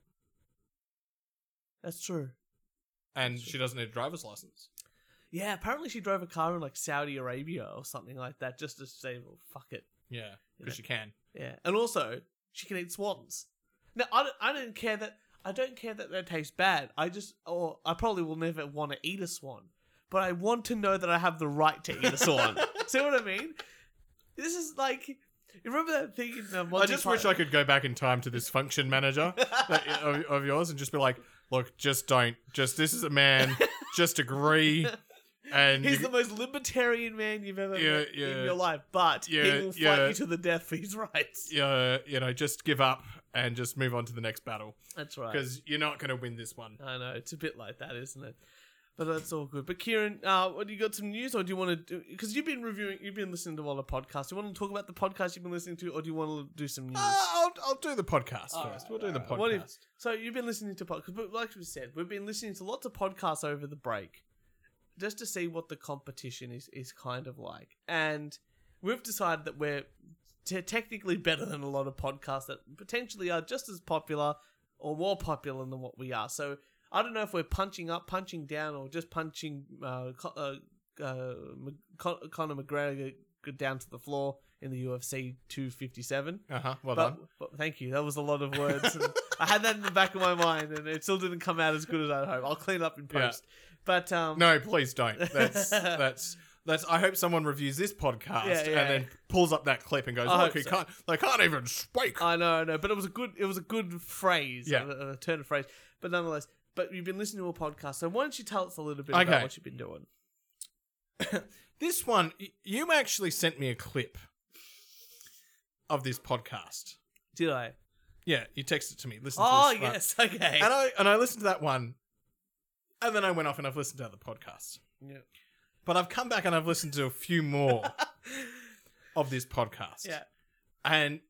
Speaker 1: That's true.
Speaker 2: and
Speaker 1: Sure.
Speaker 2: she doesn't need a driver's license.
Speaker 1: Yeah, apparently she drove a car in like Saudi Arabia or something like that just to say, well, fuck it.
Speaker 2: Yeah,
Speaker 1: Yeah.
Speaker 2: because she can.
Speaker 1: Yeah, and also she can eat swans. Now I don't, I don't care that I don't care that they taste bad. I just or I probably will never want to eat a swan, but I want to know that I have the right to eat a swan. See what I mean? This is like you remember that thing in the Monty
Speaker 2: I just wish I could go back in time to this function manager that- of, of yours and just be like, look, just don't. Just this is a man. just agree. And
Speaker 1: He's
Speaker 2: you-
Speaker 1: the most libertarian man you've ever
Speaker 2: Yeah,
Speaker 1: met in
Speaker 2: yeah.
Speaker 1: your life, but
Speaker 2: Yeah,
Speaker 1: he will fight
Speaker 2: yeah.
Speaker 1: you to the death for his rights.
Speaker 2: uh, you know, just give up and just move on to the next battle
Speaker 1: That's right.
Speaker 2: because you're not going to win this one.
Speaker 1: I know it's a bit like that, isn't it? But that's all good. But Kieran, uh, what you got some news, or do you want to? Because you've been reviewing, you've been listening to a lot of podcasts. Do you want to talk about the podcast you've been listening to, or do you want to do some news?
Speaker 2: Uh, I'll, I'll do the podcast
Speaker 1: Hmm. All
Speaker 2: first.
Speaker 1: right,
Speaker 2: We'll do the
Speaker 1: all right. What if-
Speaker 2: podcast.
Speaker 1: so you've been listening to podcasts, but like we said, we've been listening to lots of podcasts over the break, just to see what the competition is is kind of like. And we've decided that we're te- technically better than a lot of podcasts that potentially are just as popular or more popular than what we are. So I don't know if we're punching up, punching down, or just punching uh, Co- uh, uh, Mc- Con- Conor McGregor down to the floor in the UFC 257
Speaker 2: Uh huh. Well
Speaker 1: but,
Speaker 2: done.
Speaker 1: but thank you. That was a lot of words. and I had that in the back of my mind, and it still didn't come out as good as I'd hope. I'll clean up in
Speaker 2: Yeah.
Speaker 1: post. But um,
Speaker 2: No, please don't. That's that's that's. I hope someone reviews this podcast
Speaker 1: Yeah, yeah.
Speaker 2: and then pulls up that clip and goes,
Speaker 1: I
Speaker 2: "Look,
Speaker 1: hope
Speaker 2: he
Speaker 1: so.
Speaker 2: can't. They can't even speak."
Speaker 1: I know, I know. But it was a good, it was a good phrase,
Speaker 2: Yeah.
Speaker 1: a, a turn of phrase. But nonetheless, but you've been listening to a podcast, so why don't you tell us a little bit about
Speaker 2: Okay.
Speaker 1: what you've been doing?
Speaker 2: this one, y- you actually sent me a clip of this podcast.
Speaker 1: Did I?
Speaker 2: Yeah, you texted it to me. Listen.
Speaker 1: Oh
Speaker 2: to this one.
Speaker 1: yes, okay.
Speaker 2: And I and I listened to that one, and then I went off and I've listened to other podcasts.
Speaker 1: Yeah.
Speaker 2: But I've come back and I've listened to a few more of this podcast.
Speaker 1: Yeah.
Speaker 2: And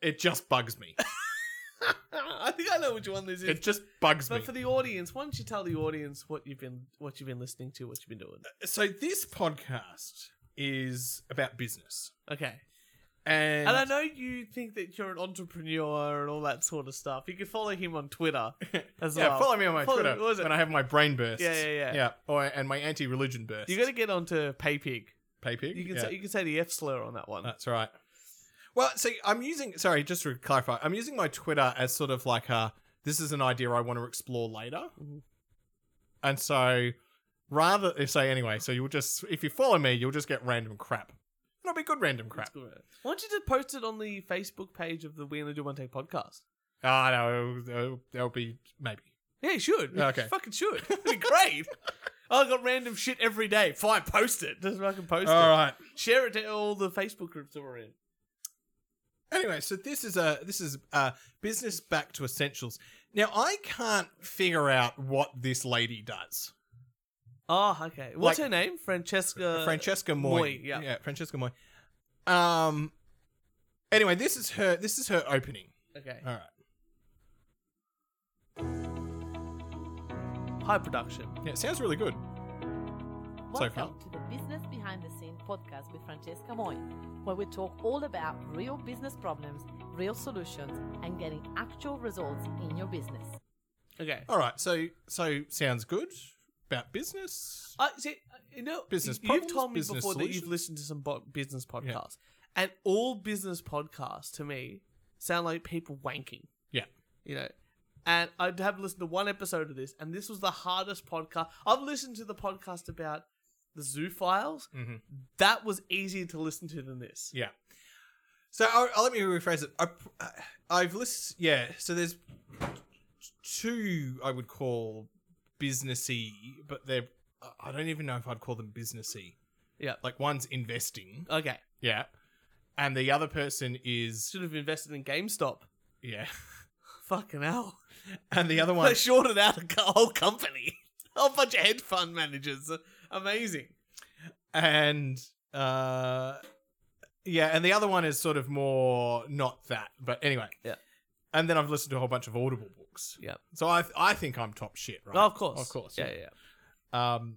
Speaker 2: it just bugs me.
Speaker 1: I think I know which one this is.
Speaker 2: It just bugs me.
Speaker 1: but for the audience, why don't you tell the audience what you've been, what you've been listening to, what you've been doing?
Speaker 2: so this podcast is about business.
Speaker 1: Okay.
Speaker 2: And,
Speaker 1: And I know you think that you're an entrepreneur and all that sort of stuff. You can follow him on Twitter as
Speaker 2: yeah,
Speaker 1: well.
Speaker 2: follow me on my
Speaker 1: Follow-
Speaker 2: Twitter
Speaker 1: what was it?
Speaker 2: when I have my brain bursts.
Speaker 1: Yeah, yeah, yeah.
Speaker 2: Yeah, or, and my anti-religion burst.
Speaker 1: You got to get onto PayPig.
Speaker 2: pay pig.
Speaker 1: You can
Speaker 2: yeah, Uh,
Speaker 1: say, you can say the F slur on that one.
Speaker 2: that's right. Well, see, I'm using. Sorry, just to clarify, I'm using my Twitter as sort of like a. This is an idea I want to explore later,
Speaker 1: Mhm.
Speaker 2: and so rather if so anyway, so you'll just if you follow me, you'll just get random crap. It'll be good random crap.
Speaker 1: Cool. I want you to post it on the Facebook page of the We Only Do One Take podcast.
Speaker 2: Ah, no, that'll, that'll be maybe.
Speaker 1: Yeah, you should.
Speaker 2: Okay.
Speaker 1: You fucking should. It'd be great. Oh, I got random shit every day. Fine, post it. Just fucking post it.
Speaker 2: All right.
Speaker 1: Share it to all the Facebook groups that we're in.
Speaker 2: Anyway, so this is a this is a business back to essentials. Now I can't figure out what this lady does.
Speaker 1: Oh, okay. What's
Speaker 2: Like-
Speaker 1: her name? Francesca.
Speaker 2: Francesca Moy.
Speaker 1: Uh, Moy, yeah.
Speaker 2: Francesca Moy. Um. Anyway, this is her. This is her opening.
Speaker 1: Okay.
Speaker 2: All right.
Speaker 1: High production.
Speaker 2: Yeah, it sounds really good. So
Speaker 3: Welcome to the Business Behind the Scene podcast with Francesca Moy, where we talk all about real business problems, real solutions, and getting actual results in your business.
Speaker 1: Okay.
Speaker 2: All right. So so sounds good about business.
Speaker 1: I see. You know,
Speaker 2: Business
Speaker 1: you- You've
Speaker 2: problems,
Speaker 1: told me
Speaker 2: business
Speaker 1: before that
Speaker 2: solutions.
Speaker 1: you've listened to some bo- business podcasts, and all business podcasts to me sound like people wanking.
Speaker 2: Yeah.
Speaker 1: You know, and I have listened to one episode of this, and this was the hardest podcast I've listened to. The podcast about the zoo files
Speaker 2: Mm-hmm.
Speaker 1: that was easier to listen to than this.
Speaker 2: Yeah. So i i let me rephrase it. I, uh, I've list yeah. So there's two I would call businessy, but they're I- I don't even know if I'd call them businessy.
Speaker 1: Yeah.
Speaker 2: Like one's investing.
Speaker 1: Okay,
Speaker 2: Yeah. And the other person is
Speaker 1: should have invested in GameStop.
Speaker 2: yeah.
Speaker 1: Fucking hell!
Speaker 2: And the other one
Speaker 1: They shorted out a co- whole company, a whole bunch of hedge fund managers. Amazing.
Speaker 2: and uh yeah, and the other one is sort of more not that. But anyway.
Speaker 1: Yeah.
Speaker 2: And then I've listened to a whole bunch of audible books.
Speaker 1: Yeah.
Speaker 2: So I I think I'm top shit, right?
Speaker 1: Oh, of course,
Speaker 2: Of course.
Speaker 1: Yeah, yeah. yeah.
Speaker 2: Um,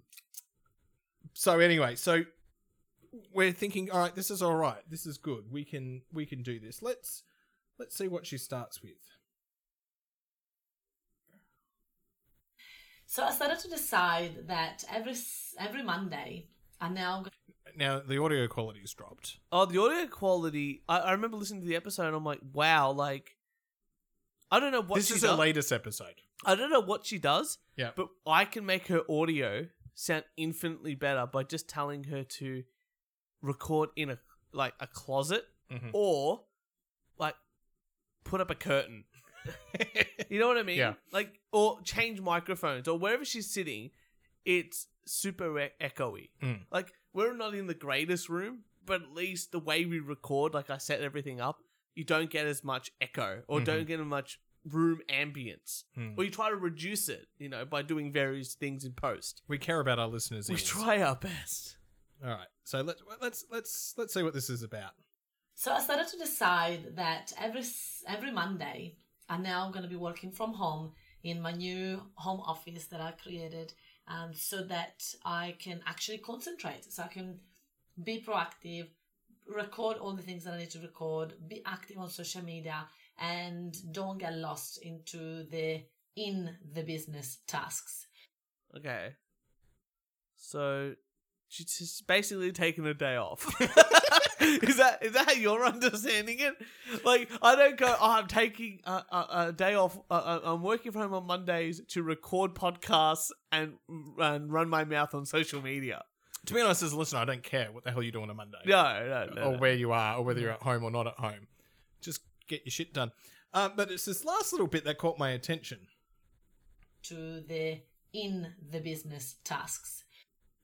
Speaker 2: so anyway, so we're thinking, all right, this is all right. This is good. We can we can do this. Let's let's see what she starts with.
Speaker 3: So I started to decide that every s- every Monday, I now go-
Speaker 2: Now the audio quality's dropped.
Speaker 1: Oh, the audio quality. I, I remember listening to the episode and I'm like, wow, like, I don't know what
Speaker 2: this
Speaker 1: she
Speaker 2: is
Speaker 1: does.
Speaker 2: the latest episode.
Speaker 1: I don't know what she does,
Speaker 2: Yeah.
Speaker 1: but I can make her audio sound infinitely better by just telling her to record in a like a closet
Speaker 2: Mhm.
Speaker 1: or like put up a curtain. You know what I mean?
Speaker 2: Yeah.
Speaker 1: Like, or change microphones or wherever she's sitting, it's super e- echoey.
Speaker 2: Mm.
Speaker 1: Like, we're not in the greatest room, but at least the way we record, like I set everything up, you don't get as much echo or
Speaker 2: Mhm.
Speaker 1: don't get as much room ambience.
Speaker 2: Mm.
Speaker 1: Or you try to reduce it, you know, by doing various things in post.
Speaker 2: we care about our listeners.
Speaker 1: We
Speaker 2: ears.
Speaker 1: try our best.
Speaker 2: All right. So let's let's let's let's see what this is about.
Speaker 3: So I started to decide that every s- every Monday, I'm now going to be working from home in my new home office that I created, um, so that I can actually concentrate, so I can be proactive, record all the things that I need to record, be active on social media, and don't get lost into the in the business tasks.
Speaker 1: Okay. So she's just basically taking a day off. is that is that how you're understanding it? Like I don't go. Oh, I'm taking a, a, a day off. Uh, uh, I'm working from home on Mondays to record podcasts and and run my mouth on social media.
Speaker 2: To be honest, as a listener, I don't care what the hell you do on a Monday.
Speaker 1: No, no, no.
Speaker 2: or
Speaker 1: no.
Speaker 2: where you are, or whether you're at home or not at home. Just get your shit done. Um, but it's this last little bit that caught my attention.
Speaker 3: To the in the business tasks.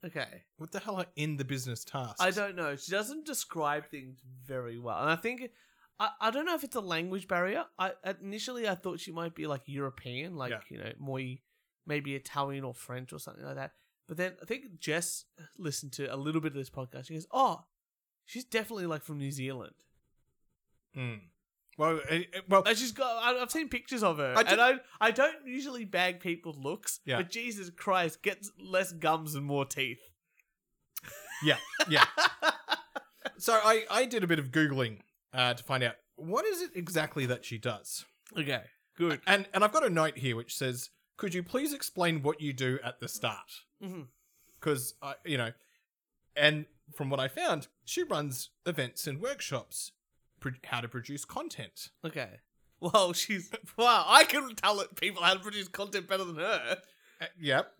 Speaker 1: Okay.
Speaker 2: What the hell are in the business tasks?
Speaker 1: I don't know. She doesn't describe things very well, and I think. I, I don't know if it's a language barrier. I initially I thought she might be like European, like
Speaker 2: Yeah.
Speaker 1: you know, more maybe Italian or French or something like that. But then I think Jess listened to a little bit of this podcast. She goes, "Oh, she's definitely like from New Zealand."
Speaker 2: Mm. Well, uh, uh, well,
Speaker 1: And she's got. I, I've seen pictures of her,
Speaker 2: I
Speaker 1: and
Speaker 2: did-
Speaker 1: I I don't usually bag people's looks,
Speaker 2: Yeah.
Speaker 1: but Jesus Christ, gets less gums and more teeth.
Speaker 2: yeah, yeah. so I, I did a bit of googling uh, to find out what is it exactly that she does.
Speaker 1: Okay, good.
Speaker 2: And and I've got a note here which says, "Could you please explain what you do at the start?"
Speaker 1: hmm
Speaker 2: Because I, you know, and from what I found, she runs events and workshops pro- how to produce content.
Speaker 1: Okay. Well, she's wow. I can tell it people how to produce content better than her.
Speaker 2: Uh, yep.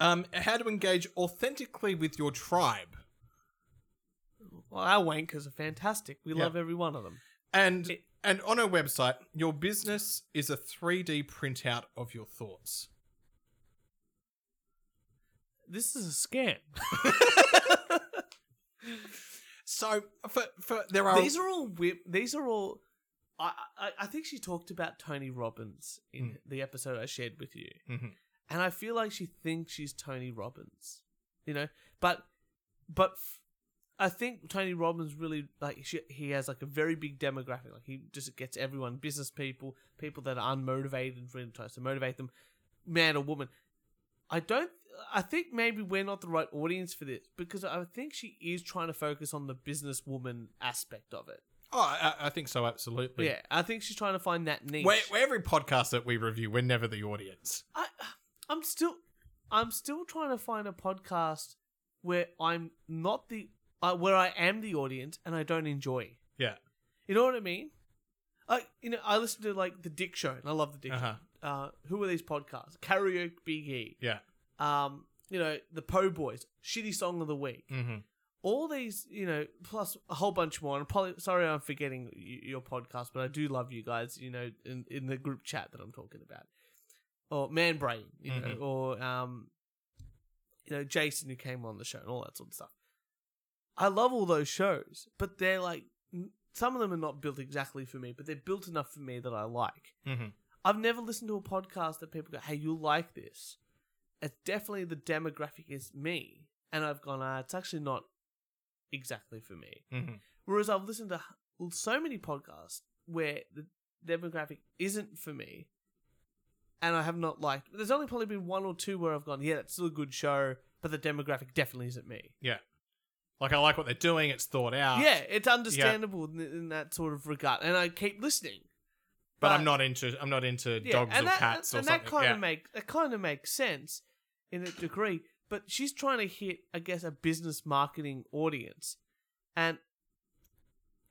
Speaker 2: Um, how to engage authentically with your tribe.
Speaker 1: Well, our wankers are fantastic. We
Speaker 2: Yeah.
Speaker 1: love every one of them.
Speaker 2: And
Speaker 1: It-
Speaker 2: and on her website, your business is a 3D printout of your thoughts.
Speaker 1: This is a scam.
Speaker 2: So for for there are
Speaker 1: These are all whip. These are all. I, I I think she talked about Tony Robbins in
Speaker 2: Mm.
Speaker 1: the episode I shared with you,
Speaker 2: Mhm.
Speaker 1: and I feel like she thinks she's Tony Robbins, you know. But but f- I think Tony Robbins really like she, he has like a very big demographic. Like he just gets everyone, business people, people that are unmotivated, and really tries to motivate them, man or woman. I don't. I think maybe we're not the right audience for this because I think she is trying to focus on the businesswoman aspect of it.
Speaker 2: Oh, I, I think so absolutely.
Speaker 1: Yeah, I think she's trying to find that niche.
Speaker 2: Where, where every podcast that we review, we're never the audience.
Speaker 1: I, I'm still, I'm still trying to find a podcast where I'm not the, uh, where I am the audience and I don't enjoy.
Speaker 2: Yeah.
Speaker 1: You know what I mean? I, you know, I listen to like the Dick Show and I love the Dick
Speaker 2: Uh-huh.
Speaker 1: Show. Uh, who are these podcasts? Karaoke Big E.
Speaker 2: Yeah.
Speaker 1: Um, you know the Po Boys, shitty song of the week.
Speaker 2: Mm-hmm.
Speaker 1: all these, you know, plus a whole bunch more. And probably, sorry, I'm forgetting y- your podcast, but I do love you guys. You know, in, in the group chat that I'm talking about, or Man Brain, you
Speaker 2: Mhm.
Speaker 1: know, or um, you know, Jason who came on the show and all that sort of stuff. I love all those shows, but they're like n- some of them are not built exactly for me, but they're built enough for me that I like.
Speaker 2: Mm-hmm.
Speaker 1: I've never listened to a podcast that people go, "Hey, you'll like this." It's definitely the demographic is me, and I've gone, "Ah, it's actually not exactly for me."
Speaker 2: Mm-hmm.
Speaker 1: Whereas I've listened to h- so many podcasts where the demographic isn't for me, and I have not liked. There's only probably been one or two where I've gone, "Yeah, that's still a good show," but the demographic definitely isn't me.
Speaker 2: Yeah. Like I like what they're doing. It's thought out.
Speaker 1: yeah, it's understandable in, in that sort of regard, and I keep listening.
Speaker 2: But, I'm not into I'm not into dogs or
Speaker 1: and that,
Speaker 2: cats
Speaker 1: and
Speaker 2: or
Speaker 1: that
Speaker 2: something.
Speaker 1: kind
Speaker 2: yeah.
Speaker 1: of make that kind of makes sense in a degree. But she's trying to hit, I guess, a business marketing audience, and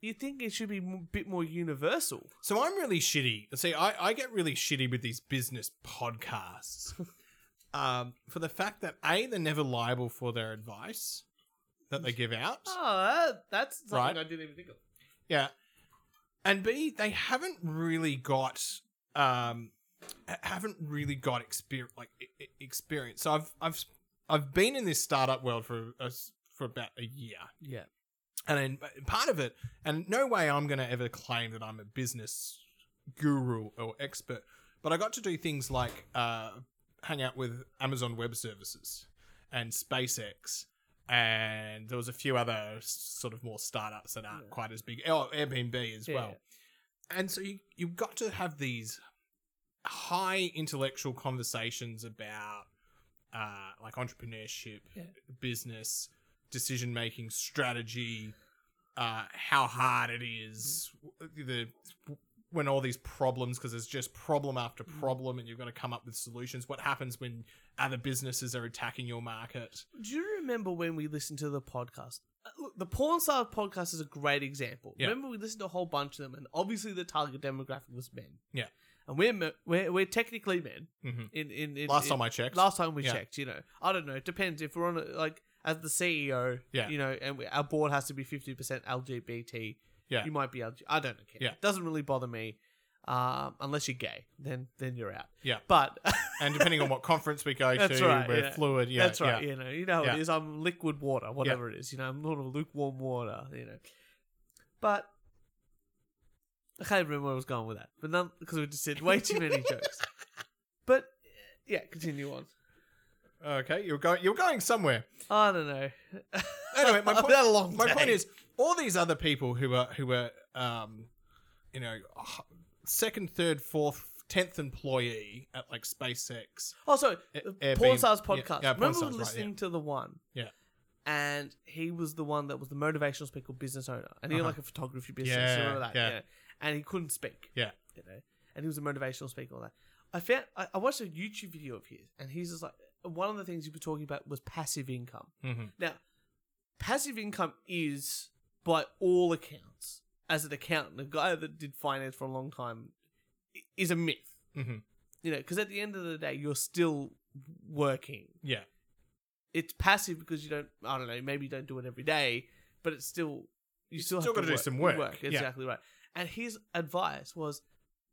Speaker 1: you think it should be a bit more universal.
Speaker 2: So I'm really shitty. See, I, I get really shitty with these business podcasts. um, for the fact that A, they're never liable for their advice that they give out.
Speaker 1: Oh, that, that's something
Speaker 2: Right.
Speaker 1: I didn't even think of.
Speaker 2: Yeah. And B, they haven't really got um ha- haven't really got experience like e- e- experience. So I've I've I've been in this startup world for a s for about a year.
Speaker 1: Yeah,
Speaker 2: And then uh, part of it, and no way I'm going to ever claim that I'm a business guru or expert, but I got to do things like uh, hang out with Amazon Web Services and SpaceX, and there was a few other s- sort of more startups that aren't
Speaker 1: Yeah.
Speaker 2: quite as big. Oh, Airbnb as
Speaker 1: Yeah.
Speaker 2: well. And so you, you've got to have these high intellectual conversations about uh, like entrepreneurship,
Speaker 1: Yeah.
Speaker 2: business, decision making, strategy, uh, how hard it is, the when all these problems because there's just problem after
Speaker 1: Mm.
Speaker 2: problem, and you've got to come up with solutions. What happens when other businesses are attacking your market?
Speaker 1: Do you remember when we listened to the podcast? Uh, Look, the porn star podcast is a great example.
Speaker 2: Yeah.
Speaker 1: Remember, we listened to a whole bunch of them, and obviously the target demographic was men.
Speaker 2: Yeah.
Speaker 1: and we're me- we're, we're technically men.
Speaker 2: Mhm.
Speaker 1: In in, in
Speaker 2: Last
Speaker 1: in,
Speaker 2: time I checked,
Speaker 1: Last time we
Speaker 2: Yeah.
Speaker 1: checked, you know, I don't know. It depends if we're on a, like as the CEO,
Speaker 2: Yeah.
Speaker 1: you know, and we, our board has to be fifty percent LGBT.
Speaker 2: Yeah.
Speaker 1: you might be LGBT. I don't care.
Speaker 2: Yeah.
Speaker 1: it doesn't really bother me, um, unless you're gay. Then then you're out.
Speaker 2: Yeah.
Speaker 1: but
Speaker 2: and depending on what conference we go
Speaker 1: That's
Speaker 2: to,
Speaker 1: right,
Speaker 2: we're
Speaker 1: yeah.
Speaker 2: fluid. Yeah,
Speaker 1: that's right.
Speaker 2: Yeah.
Speaker 1: You know, you know how
Speaker 2: Yeah.
Speaker 1: it is. I'm liquid water, whatever it is. You know, I'm not a lukewarm water. You know, but I can't even remember where I was going with that. But none because we just did way too many jokes. But yeah, continue on.
Speaker 2: Okay, you're going. You're going somewhere.
Speaker 1: I don't know.
Speaker 2: Anyway, my
Speaker 1: I've
Speaker 2: point-
Speaker 1: had a long
Speaker 2: my
Speaker 1: day.
Speaker 2: point is all these other people who are who are um you know h- second third fourth tenth employee at like spacex
Speaker 1: Also,
Speaker 2: A-
Speaker 1: Oh, sorry,
Speaker 2: Airbnb-
Speaker 1: Porn Stars
Speaker 2: yeah,
Speaker 1: podcast.
Speaker 2: yeah, Porn
Speaker 1: Remember we
Speaker 2: Stars,
Speaker 1: were
Speaker 2: right,
Speaker 1: listening to the one.
Speaker 2: Yeah.
Speaker 1: And he was the one that was the motivational speaker business owner. And he
Speaker 2: Uh-huh.
Speaker 1: had like a photography business.
Speaker 2: Yeah,
Speaker 1: you remember that?
Speaker 2: yeah.
Speaker 1: Yeah. And he couldn't speak.
Speaker 2: Yeah.
Speaker 1: You know? And he was a motivational speaker and all that. I found I, I watched a YouTube video of his and he's just like one of the things you were talking about was passive income.
Speaker 2: mm-hmm.
Speaker 1: Now, passive income is by all accounts as an accountant, a guy that did finance for a long time, i- is a myth.
Speaker 2: Mhm.
Speaker 1: You know, because at the end of the day, you're still working.
Speaker 2: Yeah.
Speaker 1: It's passive because you don't. I don't know. Maybe you don't do it every day, but it's still you, still,
Speaker 2: still
Speaker 1: have
Speaker 2: gotta
Speaker 1: to
Speaker 2: do
Speaker 1: work,
Speaker 2: some work, yeah.
Speaker 1: Exactly right. And his advice was,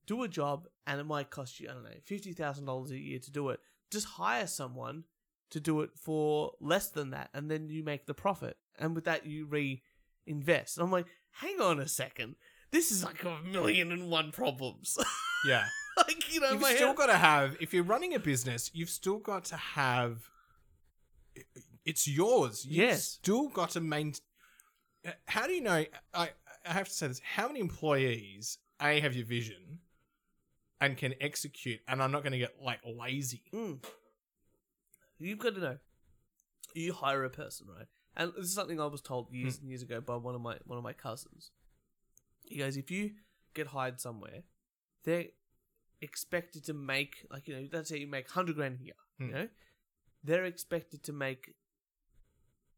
Speaker 1: do a job, and it might cost you I don't know fifty thousand dollars a year to do it. Just hire someone to do it for less than that, and then you make the profit. And with that, you reinvest. And I'm like, hang on a second. This is like a million and one problems.
Speaker 2: Yeah.
Speaker 1: like you know,
Speaker 2: you've
Speaker 1: my
Speaker 2: still
Speaker 1: head-
Speaker 2: got to have if you're running a business you've still got to have it's yours you've
Speaker 1: Yes.
Speaker 2: still got to maintain how do you know i i have to say this how many employees a have your vision and can execute and i'm not going to get like lazy
Speaker 1: Mm. You've got to know. You hire a person, right? And this is something I was told years and years ago by one of my one of my cousins. He goes, if you get hired somewhere, they're expected to make like you know, let's say you make hundred grand a year,
Speaker 2: Hmm.
Speaker 1: you know, they're expected to make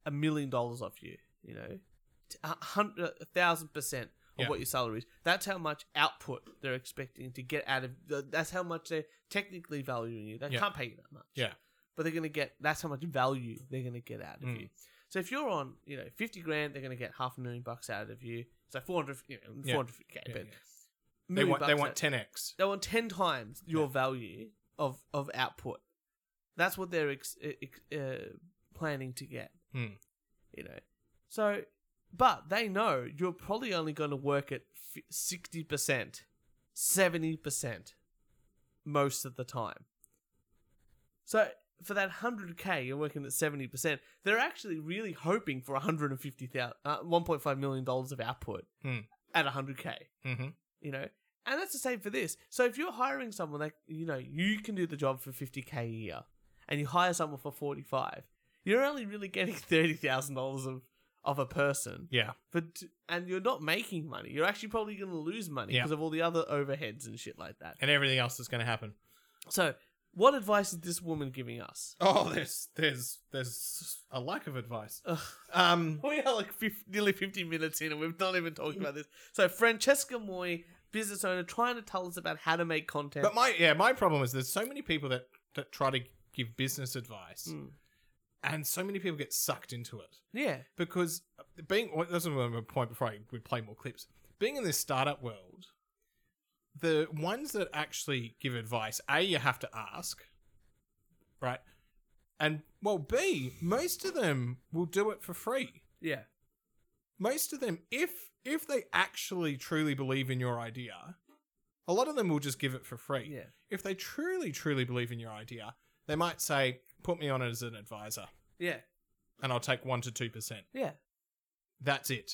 Speaker 1: a million dollars off you, you know, T- a hundred a thousand percent of
Speaker 2: Yeah.
Speaker 1: what your salary is. That's how much output they're expecting to get out of. th- That's how much they're technically valuing you. They
Speaker 2: Yeah.
Speaker 1: can't pay you that much.
Speaker 2: Yeah.
Speaker 1: but they're gonna get. That's how much value they're gonna get out of
Speaker 2: Mm.
Speaker 1: you. So if you're on, you know, fifty grand, they're gonna get half a million bucks out of you. So four hundred, you know,
Speaker 2: Yeah.
Speaker 1: four hundred k.
Speaker 2: Yeah,
Speaker 1: But
Speaker 2: yeah. they
Speaker 1: million
Speaker 2: want they
Speaker 1: bucks
Speaker 2: want
Speaker 1: out-
Speaker 2: 10x
Speaker 1: they want ten times your value of of output. That's what they're ex- ex- uh, planning to get.
Speaker 2: Hmm.
Speaker 1: You know, so but they know you're probably only going to work at sixty percent, seventy percent, most of the time. So for that hundred k, you're working at seventy percent. They're actually really hoping for one hundred and fifty thousand, uh, one point five million dollars of output
Speaker 2: Hmm.
Speaker 1: at hundred k
Speaker 2: hmm
Speaker 1: you know and that's the same for this so if you're hiring someone like you know you can do the job for 50k a year and you hire someone for 45 you're only really getting $30000 of of a person
Speaker 2: yeah
Speaker 1: but and you're not making money you're actually probably going to lose money
Speaker 2: Yeah.
Speaker 1: because of all the other overheads and shit like that
Speaker 2: and everything else that's going to happen
Speaker 1: so what advice is this woman giving us
Speaker 2: oh there's there's there's a lack of advice
Speaker 1: Ugh.
Speaker 2: um
Speaker 1: we are like 50, nearly 50 minutes in and we've not even talked about this so francesca moy business owner trying to tell us about how to make content
Speaker 2: But my yeah, my problem is there's so many people that that try to give business advice,
Speaker 1: Mm.
Speaker 2: and so many people get sucked into it
Speaker 1: yeah
Speaker 2: because being well, that's another point before I we play more clips. Being in this startup world, the ones that actually give advice, a you have to ask, right, and well, b most of them will do it for free.
Speaker 1: yeah
Speaker 2: Most of them, if if they actually truly believe in your idea, a lot of them will just give it for free
Speaker 1: yeah
Speaker 2: if they truly, truly believe in your idea, they might say, put me on as an advisor
Speaker 1: yeah
Speaker 2: and I'll take 1% to 2%.
Speaker 1: yeah
Speaker 2: That's it.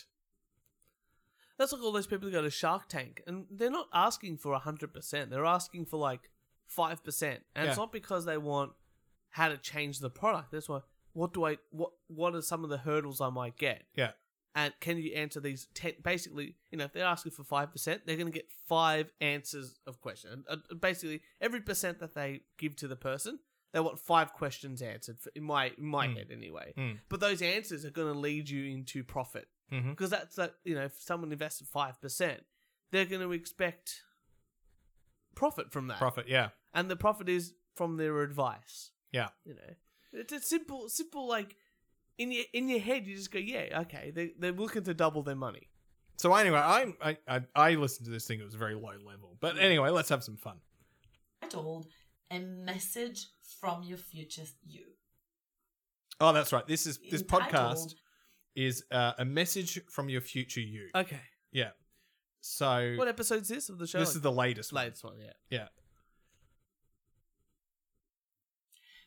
Speaker 1: That's like all those people who go to Shark Tank and they're not asking for 100%. They're asking for like 5%. And
Speaker 2: Yeah.
Speaker 1: it's not because they want how to change the product. That's why, what do I, what, what are some of the hurdles I might get?
Speaker 2: Yeah.
Speaker 1: And can you answer these 10? Basically, you know, if they're asking for 5%, they're going to get five answers of questions. And, uh, Basically, every percent that they give to the person, they want five questions answered, for, in my, in my
Speaker 2: Mm.
Speaker 1: head anyway.
Speaker 2: Mm.
Speaker 1: But those answers are going to lead you into profit
Speaker 2: Mm-hmm.
Speaker 1: because that's like you know if someone invested five percent, they're going to expect profit from that,
Speaker 2: Profit, yeah.
Speaker 1: and the profit is from their advice.
Speaker 2: Yeah.
Speaker 1: you know, it's a simple, simple like in your in your head you just go, yeah, okay, they they're looking to double their money.
Speaker 2: So, anyway, I, I, I, I listened to this thing. It was very low level. But anyway, let's have some fun.
Speaker 3: titled A Message from Your Future You.
Speaker 2: Oh, that's right. This is this podcast
Speaker 3: Entitled-
Speaker 2: is uh, a message from your future you.
Speaker 1: Okay,
Speaker 2: yeah. So,
Speaker 1: what episode's this of the show?
Speaker 2: this is the latest one.
Speaker 1: latest one, yeah.
Speaker 2: Yeah.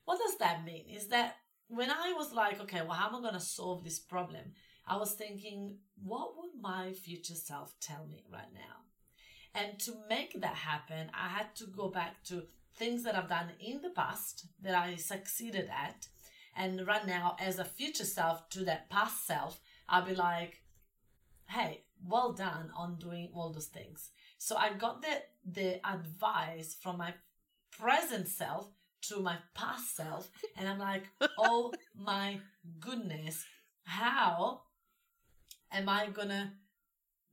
Speaker 3: What does that mean? Is that when I was like, okay, well, how am I going to solve this problem? I was thinking, what would my future self tell me right now? And to make that happen, I had to go back to things that I've done in the past that I succeeded at. And right now, as a future self to that past self, I'll be like, hey, well done on doing all those things. So I got the, the advice from my present self to my past self, and I'm like, oh my goodness, how am I gonna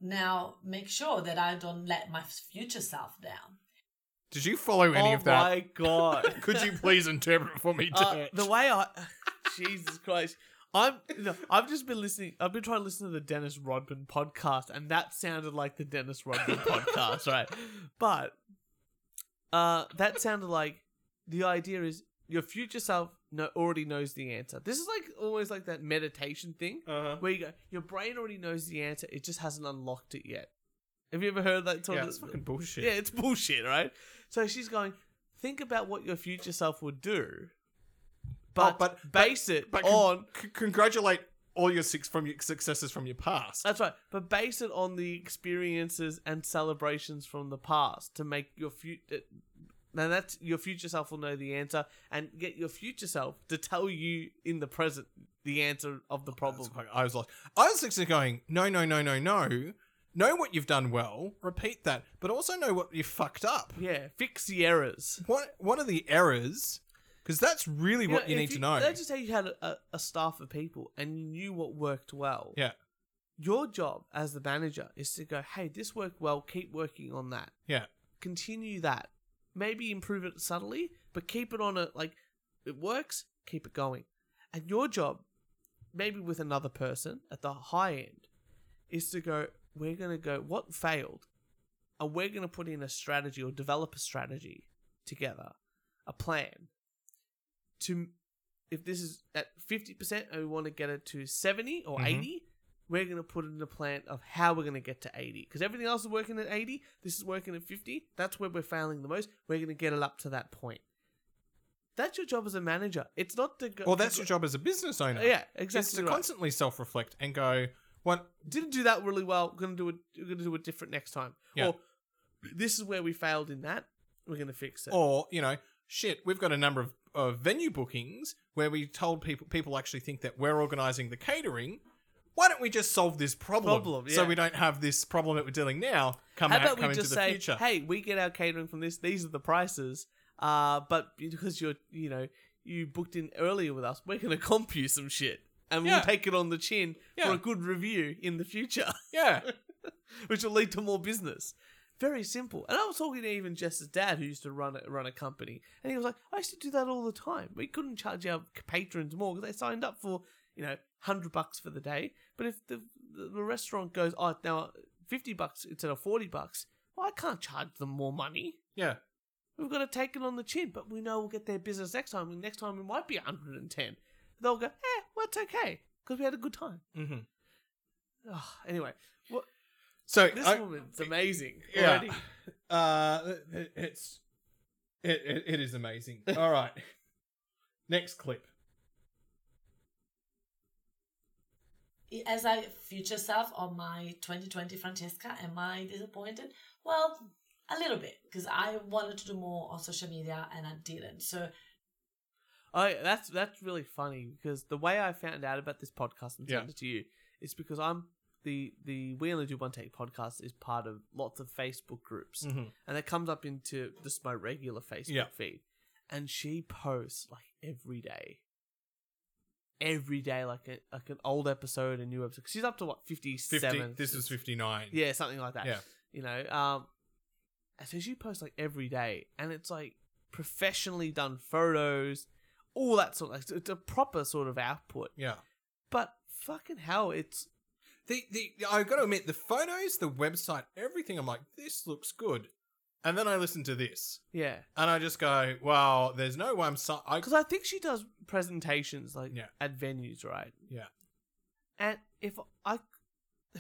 Speaker 3: now make sure that I don't let my future self down.
Speaker 2: Did you follow any
Speaker 1: oh
Speaker 2: of that?
Speaker 1: my god.
Speaker 2: Could you please interpret for me,
Speaker 1: Uh,
Speaker 2: Dirk?
Speaker 1: the way I, Jesus Christ, I'm no, I've just been listening. I've been trying to listen to the Dennis Rodman podcast, and that sounded like the Dennis Rodman podcast, right? But uh, that sounded like the idea is your future self no, already knows the answer. This is like almost like that meditation thing
Speaker 2: uh-huh.
Speaker 1: where you go, your brain already knows the answer, it just hasn't unlocked it yet. Have you ever heard that? sort
Speaker 2: Yeah,
Speaker 1: of-
Speaker 2: that's fucking bullshit.
Speaker 1: yeah, it's bullshit, right? So she's going, think about what your future self would do, but,
Speaker 2: Oh, but-
Speaker 1: base it
Speaker 2: But con-
Speaker 1: on.
Speaker 2: c- congratulate all your six from your successes from your past.
Speaker 1: that's right, but base it on the experiences and celebrations from the past to make your future. Now that's your future self will know the answer, and get your future self to tell you in the present the answer of the problem.
Speaker 2: Oh, That's fucking- I was like, I was actually going, no, no, no, no, no. Know what you've done well, repeat that, but also know what you fucked up.
Speaker 1: Yeah, fix the errors.
Speaker 2: What what are the errors? Because that's really what
Speaker 1: know,
Speaker 2: you
Speaker 1: if
Speaker 2: need to know.
Speaker 1: Let's just say you had a, a, a staff of people and you knew what worked well.
Speaker 2: Yeah.
Speaker 1: Your job as the manager is to go, hey, this worked well, keep working on that.
Speaker 2: Yeah.
Speaker 1: Continue that. Maybe improve it subtly, but keep it on a, like, it works, keep it going. And your job, maybe with another person at the high end, is to go, we're going to go, what failed? And we're going to put in a strategy or develop a strategy together, a plan to if this is at 50% and we want to get it to 70 or
Speaker 2: Mhm.
Speaker 1: 80 we're going to put in a plan of how we're going to get to 80 because everything else is working at 80 this is working at 50 that's where we're failing the most we're going to get it up to that point that's your job as a manager it's not to go
Speaker 2: Well, that's your job as a business owner.
Speaker 1: yeah
Speaker 2: It's to
Speaker 1: exactly right.
Speaker 2: constantly self reflect and go, what?
Speaker 1: didn't do that really well gonna do it we're gonna do it different next time
Speaker 2: Yeah.
Speaker 1: or this is where we failed in that we're gonna fix it
Speaker 2: Or, you know, shit, we've got a number of, of venue bookings where we told people, people actually think that we're organizing the catering. Why don't we just solve this problem?
Speaker 1: Problem,
Speaker 2: So
Speaker 1: yeah.
Speaker 2: we don't have this problem that we're dealing now come,
Speaker 1: How
Speaker 2: out,
Speaker 1: about
Speaker 2: come
Speaker 1: we
Speaker 2: into
Speaker 1: just
Speaker 2: the
Speaker 1: say,
Speaker 2: future.
Speaker 1: hey, we get our catering from this. These are the prices. Uh, but because you're, you know, you booked in earlier with us, we're going to comp you some shit. And
Speaker 2: Yeah.
Speaker 1: we'll take it on the chin
Speaker 2: Yeah.
Speaker 1: for a good review in the future,
Speaker 2: yeah.
Speaker 1: which will lead to more business. Very simple. And I was talking to even Jess's dad, who used to run a, run a company, and he was like, I used to do that all the time. We couldn't charge our patrons more because they signed up for, you know, 100 bucks for the day. But if the, the, the restaurant goes, oh, now 50 bucks instead of 40 bucks, well, I can't charge them more money.
Speaker 2: Yeah.
Speaker 1: We've got to take it on the chin, but we know we'll get their business next time. And next time it might be 110. They'll go, eh, well, it's okay because we had a good time.
Speaker 2: hmm
Speaker 1: Ugh, anyway, what,
Speaker 2: So
Speaker 1: this
Speaker 2: I-
Speaker 1: woman's amazing
Speaker 2: Yeah.
Speaker 1: already.
Speaker 2: uh, it, it's it, it, it is amazing. All right, next clip.
Speaker 3: As I future self on my 2020 Francesca, am I disappointed? Well, a little bit because I wanted to do more on social media and I didn't. So
Speaker 1: Oh, yeah, that's that's really funny because the way I found out about this podcast and sent
Speaker 2: Yeah.
Speaker 1: it to you is because I'm the the We Only Do One Take podcast is part of lots of Facebook groups, and it comes up into just my regular Facebook
Speaker 2: Mm. Yeah.
Speaker 1: feed. And she posts like every day, every day, like a, like an old episode, a new episode. She's up to what fifty
Speaker 2: Fifty.
Speaker 1: seven.
Speaker 2: This is fifty nine.
Speaker 1: Yeah, something like that.
Speaker 2: Yeah.
Speaker 1: You know, um, and so she posts like every day, and it's like professionally done photos, all that sort of. Like, it's a proper sort of output.
Speaker 2: yeah.
Speaker 1: But fucking hell, it's
Speaker 2: The the I got to admit the photos, the website, everything. I'm like, this looks good, and then I listen to this,
Speaker 1: yeah.
Speaker 2: and I just go, well, there's no way I'm so I
Speaker 1: Because I think she does presentations like
Speaker 2: Yeah.
Speaker 1: at venues, right?
Speaker 2: Yeah.
Speaker 1: And if I,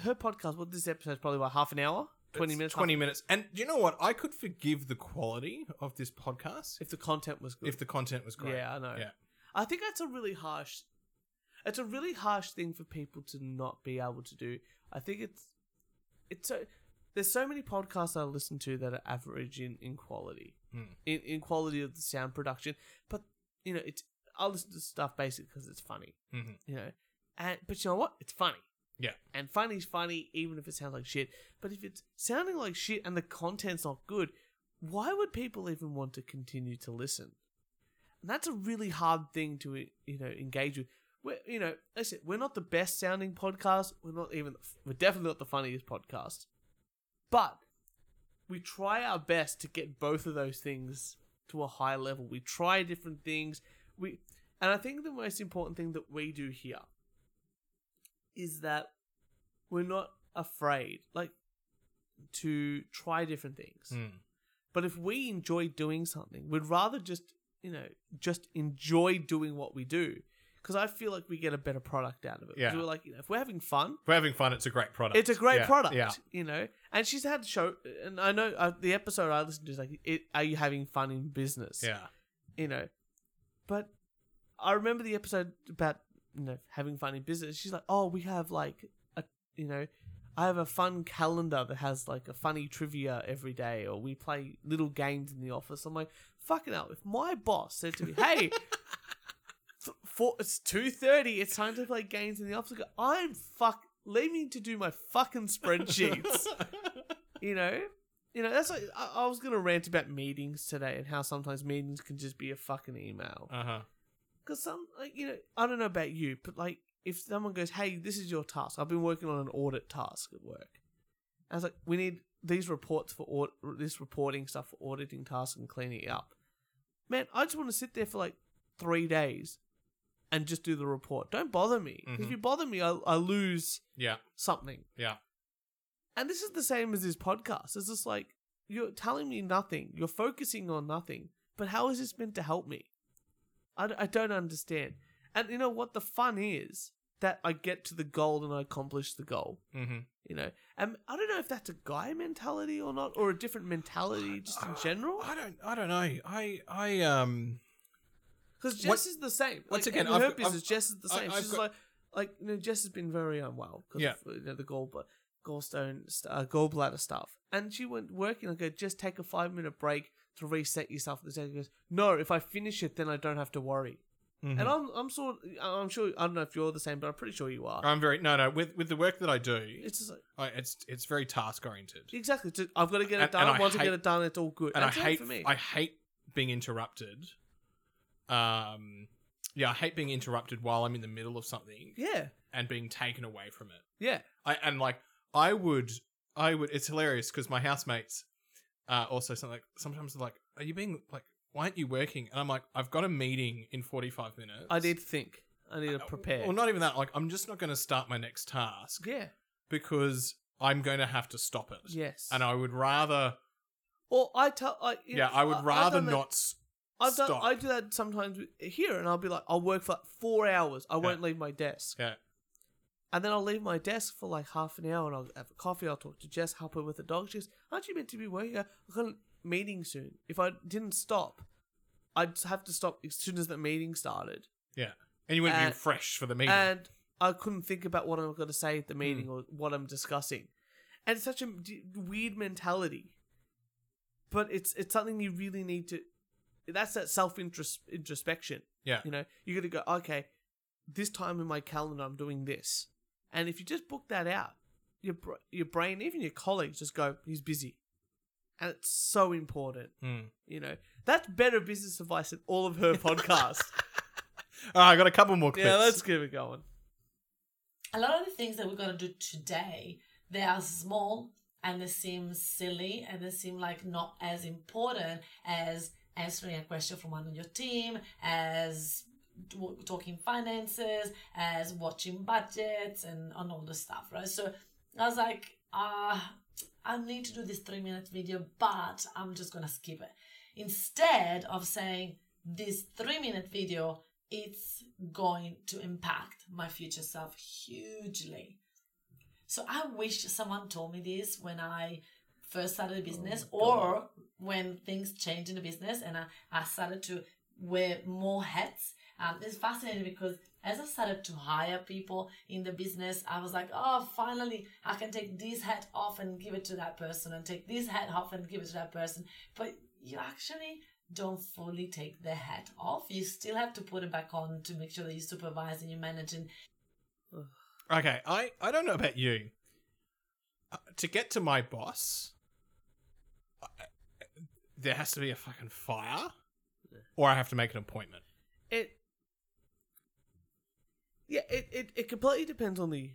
Speaker 1: her podcast, well, this episode's probably about half an hour, twenty
Speaker 2: it's
Speaker 1: minutes,
Speaker 2: twenty
Speaker 1: half-
Speaker 2: minutes. And do you know what? I could forgive the quality of this podcast if,
Speaker 1: if the content was good.
Speaker 2: the content was great.
Speaker 1: Yeah, I know.
Speaker 2: Yeah.
Speaker 1: I think that's a really harsh. It's a really harsh thing for people to not be able to do. I think it's it's so there's so many podcasts I listen to that are average in in quality,
Speaker 2: Hmm.
Speaker 1: in in quality of the sound production. But you know, it's I listen to stuff basically because it's funny,
Speaker 2: Mhm.
Speaker 1: you know. And but you know what? It's funny.
Speaker 2: Yeah.
Speaker 1: And funny's funny even if it sounds like shit. But if it's sounding like shit and the content's not good, why would people even want to continue to listen? And that's a really hard thing to you e, know engage with. we're, you know, listen, we're not the best sounding podcast. We're not even, we're definitely not the funniest podcast. But we try our best to get both of those things to a high level. We try different things. We, and I think the most important thing that we do here is that we're not afraid, like, to try different things.
Speaker 2: Mm.
Speaker 1: But if we enjoy doing something, we'd rather just, you know, just enjoy doing what we do. Because I feel like we get a better product out of it. 'Cause
Speaker 2: Yeah.
Speaker 1: We're like, you know, if we're having fun,
Speaker 2: If we're having fun, it's a great product.
Speaker 1: it's a great
Speaker 2: Yeah,
Speaker 1: product,
Speaker 2: Yeah.
Speaker 1: you know. And she's had show, and I know uh, the episode I listened to is like, it, "Are you having fun in business?"
Speaker 2: Yeah.
Speaker 1: you know. But I remember the episode about you know having fun in business. She's like, "Oh, we have like a you know, I have a fun calendar that has like a funny trivia every day, or we play little games in the office." I'm like, "Fucking hell!" If my boss said to me, "Hey," f- For, it's two thirty. It's time to play games in the office. I go, I'm fuck. Leave me to do my fucking spreadsheets. you know, you know. That's like, I, I was gonna rant about meetings today and how sometimes meetings can just be a fucking email.
Speaker 2: Uh huh.
Speaker 1: Because some, like, you know, I don't know about you, but like, if someone goes, "Hey, this is your task," I've been working on an audit task at work. I was like, "We need these reports for aud- this reporting stuff for auditing tasks and cleaning it up." Man, I just want to sit there for like three days and just do the report. Don't bother me. 'Cause If
Speaker 2: Mhm.
Speaker 1: you bother me, I, I lose
Speaker 2: Yeah.
Speaker 1: something.
Speaker 2: Yeah.
Speaker 1: And this is the same as this podcast. It's just like you're telling me nothing. You're focusing on nothing. But how is this meant to help me? I, d- I don't understand. And you know what? The fun is that I get to the goal and I accomplish the goal.
Speaker 2: Mm-hmm.
Speaker 1: You know, and I don't know if that's a guy mentality or not, or a different mentality just in
Speaker 2: Uh,
Speaker 1: general.
Speaker 2: I don't. I don't know. I. I. Um.
Speaker 1: Because Jess
Speaker 2: What-
Speaker 1: is the same.
Speaker 2: once
Speaker 1: Once
Speaker 2: again,
Speaker 1: again, in
Speaker 2: I've
Speaker 1: her
Speaker 2: got-
Speaker 1: business,
Speaker 2: I've-
Speaker 1: Jess is the
Speaker 2: I-
Speaker 1: same.
Speaker 2: I've
Speaker 1: She's
Speaker 2: got-
Speaker 1: like, like you know, Jess has been very unwell because
Speaker 2: Yeah.
Speaker 1: of you know, the gall, gallstone, st- uh, gallbladder stuff. And she went working. I go, just take a five minute break to reset yourself. And she goes, no, if I finish it, then I don't have to worry.
Speaker 2: Mm-hmm.
Speaker 1: And I'm, I'm sort, I'm sure. I don't know if you're the same, but I'm pretty sure you are.
Speaker 2: I'm very no no with with the work that I do.
Speaker 1: it's just like,
Speaker 2: I, it's it's very task oriented,
Speaker 1: exactly. it's just, I've got to get it
Speaker 2: And- and
Speaker 1: done.
Speaker 2: I
Speaker 1: Once I
Speaker 2: hate-
Speaker 1: get it done, it's all good.
Speaker 2: and I
Speaker 1: That's it
Speaker 2: hate
Speaker 1: for me.
Speaker 2: I hate being interrupted. Um, yeah, I hate being interrupted while I'm in the middle of something
Speaker 1: yeah,
Speaker 2: and being taken away from it.
Speaker 1: yeah.
Speaker 2: I and like I would I would it's hilarious because my housemates uh also something like sometimes they're like, Are you being like why aren't you working? And I'm like, I've got a meeting in forty five minutes. Uh,
Speaker 1: I need to think. I need to prepare.
Speaker 2: Well not even that, like I'm just not gonna start my next task
Speaker 1: yeah.
Speaker 2: because I'm gonna have to stop it.
Speaker 1: Yes.
Speaker 2: And I would rather
Speaker 1: Or I tell, I, you
Speaker 2: Yeah,
Speaker 1: know,
Speaker 2: I would
Speaker 1: I've
Speaker 2: rather
Speaker 1: done that-
Speaker 2: not s-
Speaker 1: I've done,
Speaker 2: stop.
Speaker 1: I do that sometimes with- here, and I'll be like, I'll work for like four hours. I won't leave my desk,
Speaker 2: yeah.
Speaker 1: and then I'll leave my desk for like half an hour, and I'll have a coffee. I'll talk to Jess, help her with the dog. She goes, "Aren't you meant to be working? I I've got a meeting soon. If I didn't stop, I'd have to stop as soon as the meeting started,
Speaker 2: And you wouldn't
Speaker 1: And-
Speaker 2: be fresh for the meeting.
Speaker 1: Uh, and I couldn't think about what I'm going to say at the meeting or what I'm discussing. And it's such a d- weird mentality, but it's it's something you really need to. That's that self interest introspection.
Speaker 2: yeah.
Speaker 1: You know, you got to go, okay, this time in my calendar, I'm doing this. And if you just book that out, your, br- your brain, even your colleagues just go, he's busy. And it's so important.
Speaker 2: Mm.
Speaker 1: You know, that's better business advice than all of her podcasts.
Speaker 2: All right, I got a couple more clips.
Speaker 1: yeah, let's keep it going.
Speaker 3: a lot of the things that we're going to do today they are small and they seem silly and they seem like not as important as answering a question from one on your team as t- talking finances as watching budgets and on all the stuff right so i was like ah i need to do this three minute video but i'm just going to skip it instead of saying this three minute video it's going to impact my future self hugely so i wish someone told me this when i first started a business or when things change in the business and i, I started to wear more hats um, it's fascinating because as i started to hire people in the business i was like oh finally i can take this hat off and give it to that person and take this hat off and give it to that person but you actually don't fully take the hat off. You still have to put it back on to make sure that you supervise and you manage. And
Speaker 2: Okay, I I don't know about you. Uh, to get to my boss, I- I- there has to be a fucking fire, or I have to make an appointment.
Speaker 1: It. Yeah, it, it, it completely depends on the